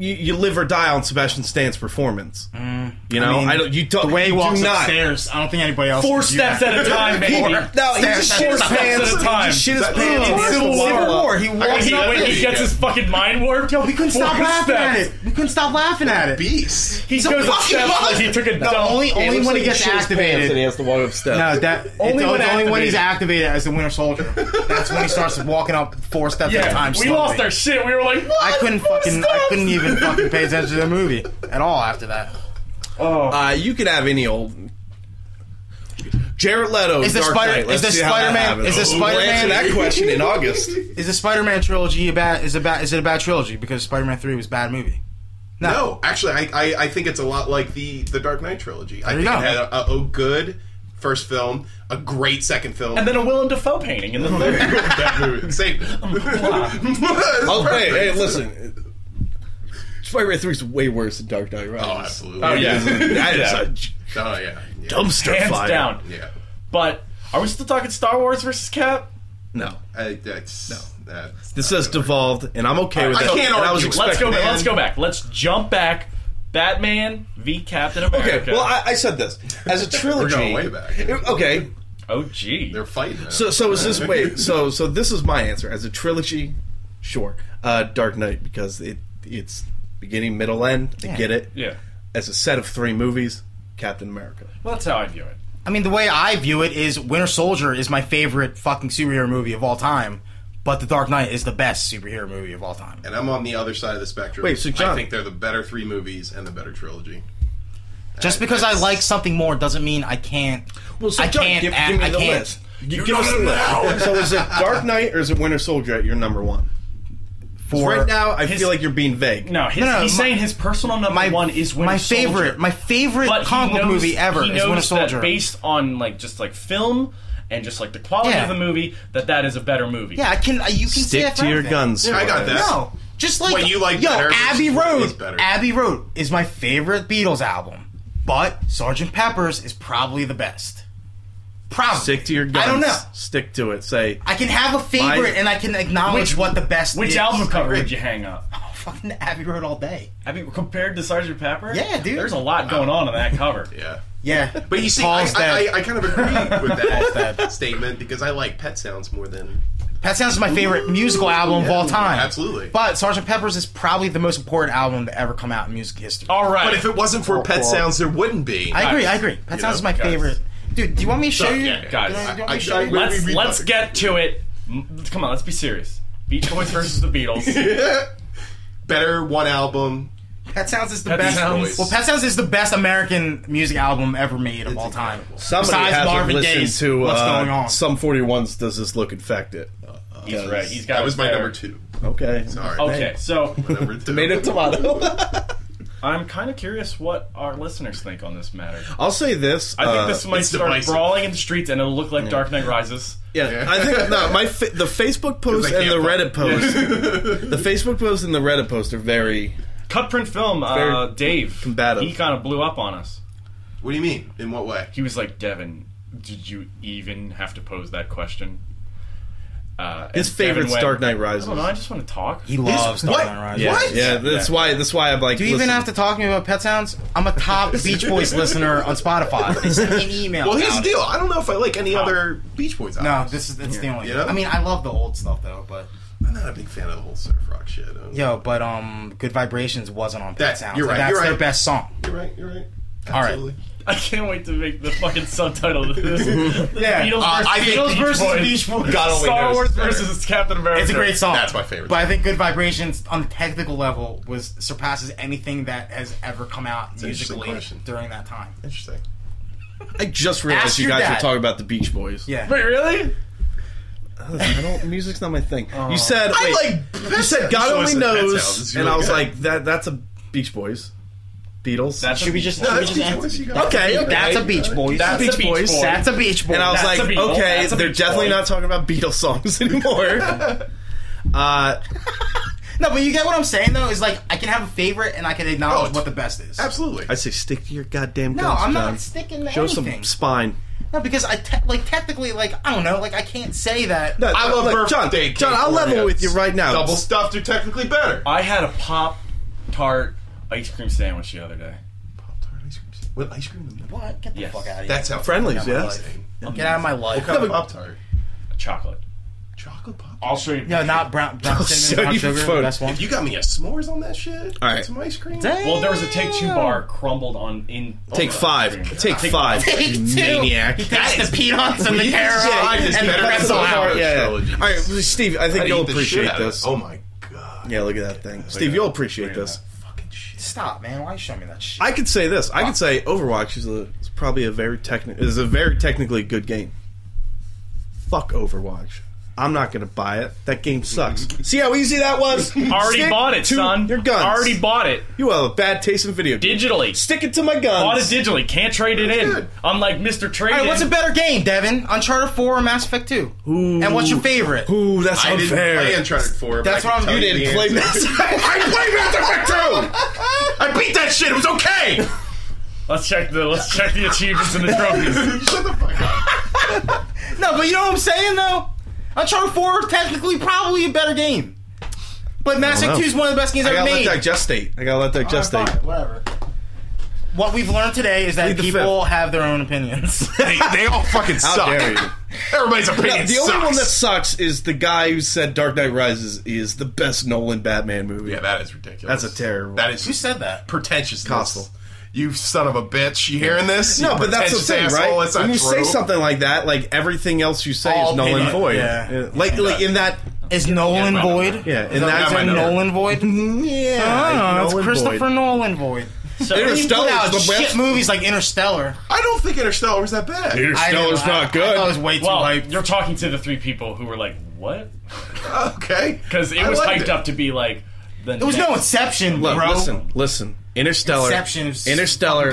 You, you live or die on Sebastian Stan's performance. you know, I,
Mm. mean,
don't. You don't.
the way he
you
walks
do not.
upstairs, I don't think anybody else.
four
could do
steps
that.
at a time,
He,
baby.
no, he just shit his
Four steps
pants.
at a
He
time.
just shit his
That-
pants.
Oh,
and
Civil
hits the
War.
wall.
War, he walks
He,
up
when he gets his fucking mind warped, yo,
We couldn't stop
Four
laughing at
steps.
it. We couldn't stop laughing at it.
Beast.
he goes
fucking
upstairs
monster.
like he took a
No,
dump.
only
It
only when
looks like
he gets
shit his pants
activated.
And he has to walk up steps.
No, that only it's,
when
when only when
activated.
he's activated as the Winter Soldier. That's when he starts walking up four steps at a
yeah,
time.
we
slowly.
lost our shit. We were like, what?
I couldn't
Four
fucking. I
steps?
couldn't even fucking pay attention to the movie at all after that.
Oh.
Uh, you could have any old. Jared Leto.
Is the
Dark
Spider-
Knight. Let's
is the
see how that
Spider-Man-
happens.
is the
Ooh, we'll
Spider-Man-
answer that question in August.
Is the Spider-Man trilogy a bad? Is a bad? Is it a bad trilogy? Because Spider-Man Three was a bad movie.
No, actually, I, I, I think it's a lot like the the Dark Knight trilogy. I
There you
think it
go.
had a, a, a good first film, a great second film,
And then a Willem Dafoe painting in the third.
that movie. Same.
Oh,
oh,
hey, hey, listen. Spider-Man 3 is way worse than Dark Knight Rises.
Oh, absolutely.
Oh, yeah.
That is
Yeah.
a
Oh, yeah. yeah.
dumpster
hands
fire.
down.
Yeah.
But are we still talking Star Wars versus Cap?
No.
I, that's no. That's
This says devolved, and I'm okay with
I
that.
can't
and I was
argue with it.
Let's
expecting
go.
Man.
Back. Let's go back. Let's jump back. Batman v Captain America.
Okay, well, I, I said this as a trilogy.
going way back.
it- okay,
oh gee.
they're fighting. now.
so so is this wait? So so this is my answer as a trilogy. Sure, uh, Dark Knight because it it's beginning, middle, end. I get it.
Yeah.
As a set of three movies, Captain America.
Well, that's how I view it.
I mean, the way I view it is Winter Soldier is my favorite fucking superhero movie of all time, but The Dark Knight is the best superhero movie of all time.
and I'm on the other side of the spectrum.
Wait, so John-
I think they're the better three movies and the better trilogy.
Just because I
that's-
like something more doesn't mean I can't.
Well, so
I
John,
can't.
give,
add-
give me
I
the
can't.
list. You give us the list. so is it Dark Knight or is it Winter Soldier at your number one?
For
right now, I
his-
feel like you're being vague.
No, his,
No, no,
he's
my-
saying his personal number
my
one is Winter
my
Soldier.
favorite, my favorite
But he
comic book
knows-
movie ever
he
is Winter
knows that
Soldier.
based on like just like film and just like the quality
Yeah.
of the movie, that that is a better movie.
yeah, I can. I- You can say
Stick
that for
to your
everything.
guns.
Yeah, I got
Suarez.
that.
No, just like
What you like
Yo,
better, which
Abbey
is
Road.
better.
Abbey Road is my favorite Beatles album, but Sgt. Pepper's is probably the best. Probably.
Stick to your guns.
I don't know.
Stick to it. Say
I can have a favorite,
My-
and I can acknowledge
Which-
what the best.
Which
is.
album cover would you hang up?
Fucking Abbey Road all day.
I mean, compared to Sergeant Pepper.
Yeah, dude.
There's a lot going on in that cover.
Yeah.
Yeah,
But you see, I,
Paul's dead.
I, I, I kind of agree with that statement because I like pet sounds more than
Pet Sounds is my favorite musical album of all time.
absolutely.
But Sgt. Pepper's is probably the most important album to ever come out in music history.
All right.
But if it wasn't for pet sounds, there wouldn't be.
I agree. I agree. Pet Sounds
know,
is my
guys.
favorite. Dude, do you want me to show you?
yeah, yeah.
Guys,
do you want me to
I-
show
I-
you?
we-
let's
we- we-
let's get to it. M- Come on, let's be serious. Beach Boys versus the Beatles.
Better one album.
Pet Sounds is the
Pet
best.
Sounds.
Well, Pet Sounds is the best American music album ever made of all time.
somebody
Besides
hasn't
Marvin
listened
Gaye's
to
What's
uh,
Going On.
Some 41s does this look infected?
He's right. He's got
That
it
was my
there.
number two.
Okay.
Sorry.
Okay, so
Number two.
Tomato, tomato.
I'm kind of curious what our listeners think on this matter.
I'll say this.
I think
uh,
this might
it's
start
divisive.
brawling in the streets, and it'll look like Dark Knight Rises.
Yeah, I think no, my fa- the Facebook post
Because I
and the Reddit
can't
post. the Facebook post and the Reddit post are very.
Cut print film. Uh,
Very
Dave,
combative.
he kind of blew up on us.
What do you mean? In what way?
He was like, "Devin, did you even have to pose that question?" Uh,
His
and Devin
favorite's
went,
Dark Knight
I
Rises.
don't know. I just want to talk.
He loves Dark
what?
Knight Rises.
Yeah,
What?
yeah, that's why. That's why I'm like.
Do you even
listen,
have to talk to me about Pet Sounds? I'm a top Beach Boys listener on Spotify. They sent me an email.
Well, here's the
about
deal. I don't know if I like any other Beach Boys
it. No,
albums.
this is it's the only.
You know?
I mean, I love the old stuff though, but
I'm not a big fan of the whole surf rock shit. I don't-
yo, but um, Good Vibrations wasn't on Pet
That-
Sounds.
you're right,
That's
you're
their
right.
best song.
You're right. You're right.
All right.
Absolutely.
I can't wait to make the fucking subtitle to this. yeah, Beatles,
Uh,
versus,
I think
Beatles
Beach
versus
Boys-
Beach Boys.
God only
Star
knows
Wars
it's better.
versus Captain America.
It's a great song.
That's my favorite.
But I think Good Vibrations, on the technical level, was surpasses anything that has ever come out
an interesting
musically
question.
during that time.
Interesting.
I just realized
Ask
you
your
guys
dad.
were talking about the Beach Boys.
Yeah.
Wait, really?
I don't. Music's not my thing. You said.
I
wait,
like.
You said God only
Listen, Pet Sounds
knows,
is
and
really
I was
good.
like, that. That's a Beach Boys, Beatles.
That's
Should
a
we
Beach
just-
Boys.
No,
Let me
that's
just
Beach
ask-
Boys. You got it.
okay, okay.
That's a Beach Boys.
That's,
That's
a Beach Boys.
That's a Beach Boy.
And I was
That's
like,
a Beatles.
okay,
That's a
they're
Beach
definitely
Boy.
not talking about Beatles songs anymore. uh,
no, but you get what I'm saying though. Is like I can have a favorite and I can
Oh,
acknowledge
it's-
what the best is.
Absolutely.
I say stick to your goddamn
No,
guns,
I'm
John.
not sticking to
Show
anything.
some spine.
no, because I te- like technically like I don't know like I can't say that.
No,
I love
look,
birthday
John.
cake
John, I'll level
Oreos.
with you right now.
Double stuffed are technically better.
I had a Pop Tart ice cream sandwich the other day.
Pop-Tart ice cream sandwich. With ice cream in the middle.
What? Get the
Yes.
fuck out of here.
That's how
Friendlies,
fucking
yes.
amazing.
Get out of my life.
Kind of Pop-Tart.
A chocolate.
Chocolate Pop-Tart.
I'll show you.
No, not brown, brown
show
cinnamon, brown
you
sugar.
the photo.
That's one.
If you got me a s'mores on that shit,
All right.
and some ice cream.
Well, there was a take two bar crumbled on in.
Take five. Take five.
Take two.
Maniac.
He takes the peanuts and the carrots
I just
and the
better than
pretzel
some
out.
art.
Yeah.
Trilogies.
All right, Steve. I think
I'd
you'll
eat the shit
appreciate
out of
this.
it. Oh my god.
Yeah, look at that thing, Steve. You'll appreciate this.
Fucking shit.
Stop, man. Why you showing me that shit?
I could say this. I could say Overwatch is, a, is probably a very techni- is a very technically good game. Fuck Overwatch. I'm not gonna buy it. That game sucks. See how easy that was?
Already
Stick
bought it,
to
son.
Your guns.
Already bought it
You have a bad taste in video. games.
digitally.
Stick it to my guns.
Bought it digitally. Can't trade it in.
good.
Unlike Mr. Trade.
All right,
In.
what's a better game, Devin? Uncharted 4 or Mass Effect 2? And what's your favorite?
Ooh, that's
I didn't
unfair.
play Uncharted 4.
That's what I'm-
doing.
you
didn't play Mass
I played Mass Effect 2! I beat that shit. It was okay.
Let's check the let's check the achievements and the trophies.
Shut the fuck up.
No, but you know what I'm saying, though? Uncharted 4 technically probably a better game. But Mass Effect
know.
2 is one of the best games
I
ever
gotta
made.
let that gestate. I gotta let that
Alright,
gestate.
fine, whatever. What we've learned today is that
Plead the
people have their own opinions.
they, they all fucking
How
suck.
dare you?
Everybody's opinion
the only
sucks.
one that sucks is the guy who said Dark Knight Rises is the best Nolan Batman movie.
yeah, that is ridiculous.
That's a terrible-
That is
Who said that?
pretentious.
Costle.
You son of a bitch. You hearing this?
no,
You
but that's the
pretentious
thing,
asshole.
right?
That's not
When you say
true.
something like that, like everything else you say
All
is null and
peanut.
void.
Yeah.
Like, like in that,
Is Nolan
yeah, right.
void?
yeah, in
that
that.
my
Is
number?
it Nolan void?
yeah,
Oh, Ah, it's
null and
Christopher
void.
Nolan void.
So,
Interstellar-
He put out
Interstellar's the
shit
best-
movies like Interstellar.
I don't think Interstellar was that bad.
I know,
Interstellar's
I-
not
I
good.
thought it was way too
well,
hyped.
you're talking to the three people who were like, "What?"
Okay,
Because it
I
was
liked
hyped
it.
up to be like the.
It was no Inception,
Look,
bro.
listen, listen. Interstellar.
Inception is
Interstellar.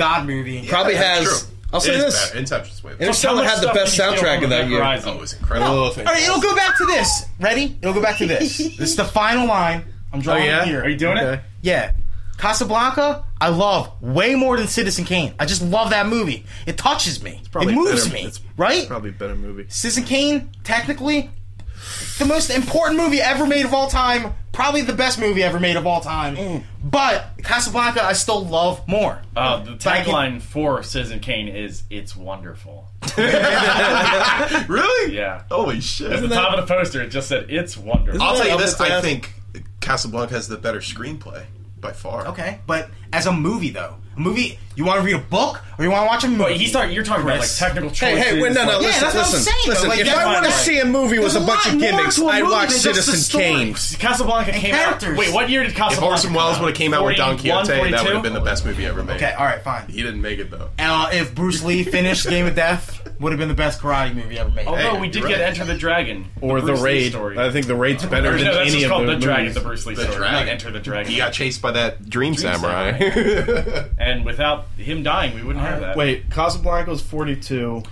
fucking God movie.
Probably
That's
has.
true.
I'll say
It is
this.
bad. Inception's way better.
Interstellar had the best soundtrack of that year.
Oh, it
Horizon?
was incredible.
Oh,
All right, it'll go back to this. Ready? It'll go back to this. this is the final line. I'm drawing
yeah?
it here.
Are you doing
Okay.
Yeah. Casablanca, I love way more than Citizen Kane. I just love that movie. It touches me. It
probably
moves
better-
me.
it's
right?
Probably a better movie.
Citizen Kane, technically, the most important movie ever made of all time. Probably the best movie ever made of all time.
Mm.
But Casablanca, I still love more.
Uh, the
Like it-
tagline for Citizen Kane is "It's wonderful."
Really?
Yeah.
Holy shit.
At the top of the poster, it just said "It's wonderful."
I'll
Oh, Isn't
tell you
that
this:
Elvis
I
Duran?
think Casablanca has the better screenplay by far.
Okay, but as a movie though, a movie you want to read a book or you want to watch a movie?
But he's talking. You're talking
Chris.
about like technical
Hey,
choices.
hey, wait, no, no,
like-
Yeah,
listen,
that's what I'm
listen,
saying, though,
listen.
like,
if
that's
I
why,
want to
like,
see a movie with
there's
a bunch
lot
of
more
gimmicks,
to a
I
movie than
watch
just the
Citizen
story.
Kane.
Casablanca came
characters.
out. Wait, what year did
If
Casablanca?
Orson Welles would have came out with Don
41,
Quixote, that would have
42?
been the best movie ever made.
okay, all right, fine.
He didn't make it though.
And, uh, if Bruce Lee finished Game of Death, would have been the best karate movie ever made.
Although
Hey,
we did
you're
get
right.
Enter the Dragon
or the
Bruce Lee
raid.
story.
I think the raid's better
Or
than
no, that's
any
just
of
called
the,
the,
movies.
Dragon, the Bruce Lee
The
story,
Dragon.
not Enter the Dragon.
He got chased by that Dream, Samurai.
and without him dying, we wouldn't have that.
Wait, Casablanca's forty-two.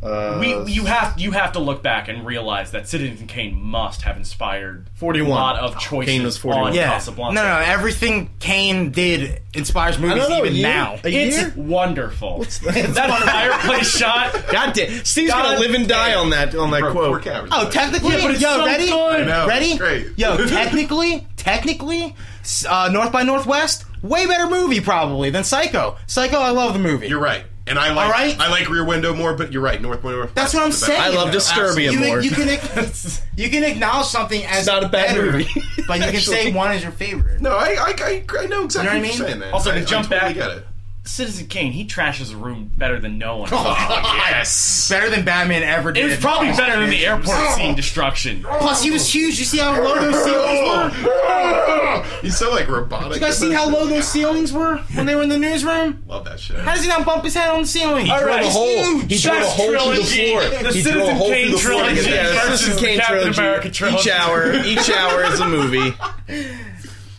Uh,
We, you have you have to look back and realize that Citizen Kane must have inspired
41.
a lot of choices
Kane was 41.
on
yeah,
Casablanca.
no, no, everything Kane did inspires movies
know,
even
a year-
now.
a
It's
year?
wonderful.
that?
that fireplace shot.
God damn, Steve's gonna
God
live and die on that on that
Bro,
quote.
four hours.
Oh, technically,
Yeah, but it's
yo,
so
ready?
good. I
know, it's
ready?
great.
Yo, technically, technically, s- uh, North by Northwest, way better movie probably than Psycho. Psycho, I love the movie.
You're right. And I like
right?
I like Rear Window more, but you're right. North Window.
That's what I'm saying.
I love
though.
Disturbia
you,
more.
You can ac- you can acknowledge something as
not a bad
better,
movie,
but you can say
actually.
one is your favorite.
No, I I, I, I know exactly
You know what I
what,
mean?
you're saying, man.
Also,
I,
to
I
jump
totally
back-
get it.
Citizen Kane, he trashes a room better than no one.
Oh.
yes.
Better than Batman ever did.
It was probably better than the airport scene destruction.
Plus, he was huge. You see how low those ceilings were?
He's so like robotic.
You guys see how low those ceilings were when they were in the newsroom?
Love that shit.
How does he not bump his head on the ceiling?
All
He
right.
drilled a hole. He
Huge.
drilled a
That's
hole through the
trilogy.
floor.
The
he drilled a
Citizen
hole
Kane
through the floor. to get
trilogy
there.
versus
Citizen Kane
Captain
trilogy.
America
Each
trilogy.
hour, each hour is a movie.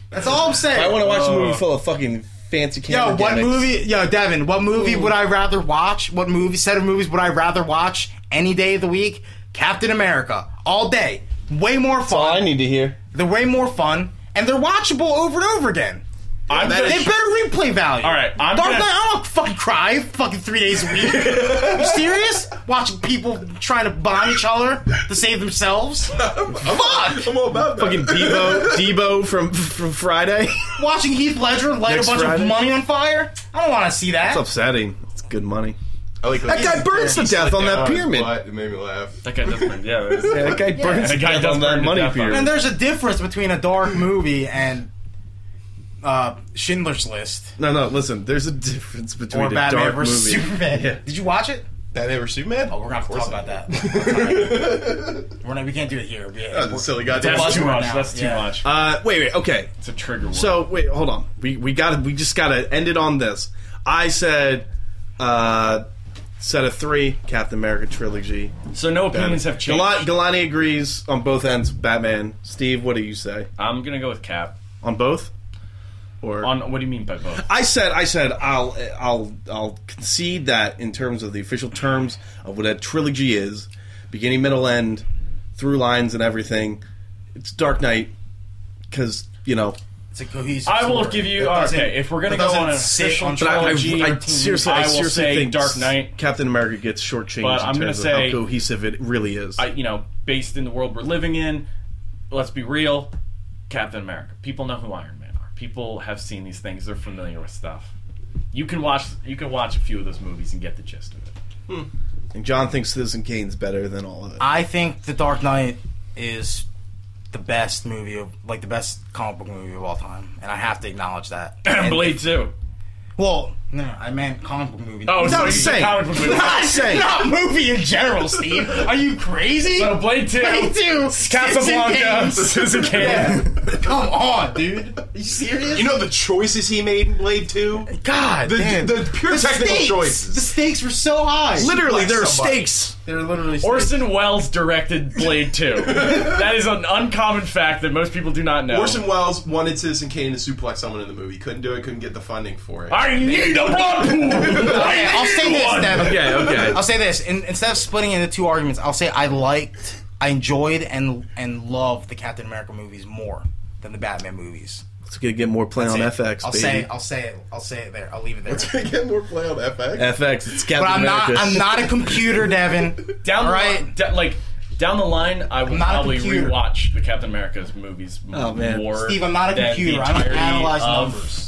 That's all I'm saying.
I want to watch a
Oh.
movie full of fucking fancy camera.
Yo, what
gimmicks.
movie? Yo, Devin, what movie would I rather watch? What movie set of movies would I rather watch any day of the week? Captain America, all day. Way more
All I
fun.
need to hear.
They're way more fun, and they're watchable over and over again.
I'm
that
They
is
gonna,
have better replay value.
All right, I'm
Dark
gonna-
Knight. I don't fucking cry fucking three days a week. you serious? Watching people trying to bomb each other to save themselves. Fuck.
I'm all about that.
Fucking Debo, Debo from from Friday. It's
Watching Heath Ledger light
Next
a bunch
Friday?
of money on fire. I don't want to see that.
upsetting. It's good money.
I like
That guy burns to death on that pyramid.
It made me laugh.
that guy doesn't. Yeah, that is-
Yeah, that guy burns
That
to
guy
death
does burn
on that
to
money
death on
period.
And there's a difference between a dark movie and uh, Schindler's List
No, no, listen. There's a difference between
or
a
Batman
dark movie.
versus Superman. Did you watch it?
Batman vs Superman.
Oh, we're gonna have to talk about that. we're not, we can't do it here. We,
That's a silly goddamn.
That's too
Buzzword
much.
now,
That's too
yeah.
much.
Uh, wait, wait, okay.
It's a trigger word.
So wait, hold on. We we got we just gotta end it on this. I said, uh, set of three Captain America trilogy.
So no opinions have changed.
Galani, Galani agrees on both ends. Batman. Steve, what do you say
I'm gonna go with Cap.
on both? Or
On what do you mean by both?
I said, I said, I'll I'll I'll concede that in terms of the official terms of what a trilogy is, beginning, middle, end, through lines and everything. It's Dark Knight because you know
It's a cohesive.
I will
story
give you
that doesn't-
okay. If we're gonna
that
go on
doesn't
an
sit
official
on
trilogy,
trilogy.
I,
G
I
or team,
seriously,
I
I
will
seriously
say
think
Dark Knight.
Captain America gets shortchanged
But
in
I'm gonna
terms
say-
of how cohesive it really is.
I, you know, based in the world we're living in, let's be real, Captain America. People know who Iron Man are. People have seen these things. They're familiar with stuff. You can watch you can watch a few of those movies and get the gist of it.
and John thinks Citizen Kane's better than all of it.
I think The Dark Knight is the best movie of like the best comic book movie of all time, and I have to acknowledge that. And-
Blade Two.
Well, no, I meant comic book movie.
Oh,
no,
so
Not
you-
saying.
comic book movie.
Not saying.
not movie in general, Steve. Are you crazy?
So Blade Two.
Blade Two, Citizen
Casablanca. Citizen Kane.
Kane. Come on, dude. Are you serious?
You know the choices he made in Blade Two.
God,
The-
damn.
the pure technical
stakes,
choices.
The stakes were so high.
Literally,
Like
there are
somebody.
stakes.
They're literally. stakes.
Orson Welles directed Blade Two. that is an uncommon fact that most people do not know.
Orson Welles wanted Citizen Kane to suplex someone in the movie. Couldn't do it. Couldn't get the funding for it.
I need a blood pool.
Okay, I'll say this, Devin.
Okay, okay.
I'll say this. In, instead of splitting into two arguments, I'll say I liked, I enjoyed, and and loved the Captain America movies more than the Batman movies.
It's gonna get more play on FX.
I'll
baby.
say. I'll say it. I'll say it there. I'll leave it there.
get more play on FX.
FX. It's Captain
But I'm not.
America.
I'm not a computer, Devin.
down the
All
line, da- like down the line, I will
not a
probably
computer.
rewatch the Captain America's movies
Oh, man.
more.
Steve, I'm not a
than the
computer. I don't
entirety
analyze
of-
numbers.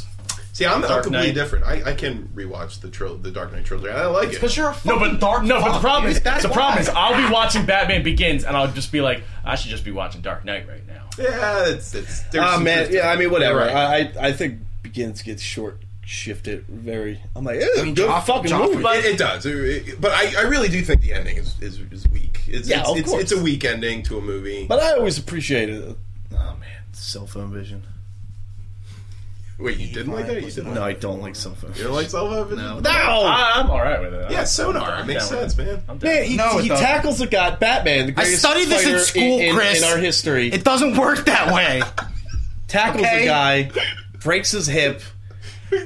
See, I'm, I'm
Dark
completely
Knight.
different. I, I can rewatch the tril- the Dark Knight trilogy. and I like it.
Because you're a
No,
fucking
but
dark.
no, but the
fuck,
problem
dude.
is
That's
the problem
why.
is I'll be watching Batman Begins and I'll just be like, I should just be watching Dark Knight right now.
Yeah, it's it's. they're
Ah, man.
super-
Yeah, I mean, whatever. Uh,
You're right.
I, I I think begins gets short shifted very. I'm like, eh, I
mean,
good
Joff-
fucking
Joff-
movie.
It, it does, It- it- but I, I really do think the ending is, is, is weak. It's,
Yeah,
it's,
of
it's,
course.
it's a weak ending to a movie.
But I always appreciate it. Oh man, cell phone vision.
Wait, you didn't like that? You didn't
No,
like
I don't like cell phone.
You don't like Salva?
No.
I, I'm all right with it.
Yeah, Sonar. It makes
down with
sense, man.
I'm down.
Man, he,
No, it
he
doesn't.
tackles the god Batman. The
I
greatest
studied this in
fighter
school,
in,
Chris.
in our history.
It doesn't work that way.
tackles
okay.
a guy, breaks his hip,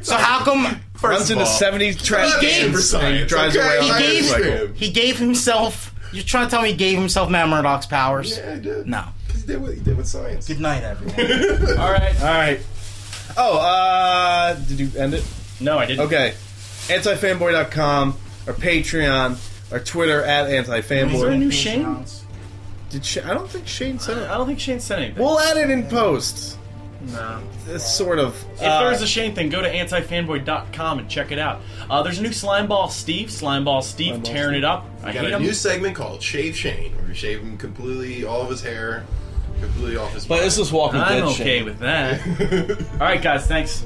So how come
runs into seventy trash
Not
cans,
super
and oh. he
science,
drives
okay?
away.
He
on
gave-
his cycle.
him.
he gave himself? You're trying to tell me he gave himself Matt Murdock's powers?
Yeah, I did.
No.
He did what he did with science.
Good night, everyone.
All right.
All right. Oh, uh, did you end it?
No, I didn't.
Okay. Antifanboy.com, our Patreon, our Twitter at
Is there a
antifanboy.
new Shane?
Did Sh- I don't think Shane said
I
it.
don't think Shane said anything.
We'll add it in post.
no.
It's sort of.
If there's a Shane thing, go to antifanboy.com and check it out. Uh, there's a new Slimeball Steve, Slimeball Steve
Slimeball
tearing
Steve.
it up. I
We got
hate
a
him.
new segment called Shave Shane, where we shave him completely, all of his hair, completely off his
but this is Walking
I'm
Dead.
okay
Shane.
with that. All right, guys, thanks.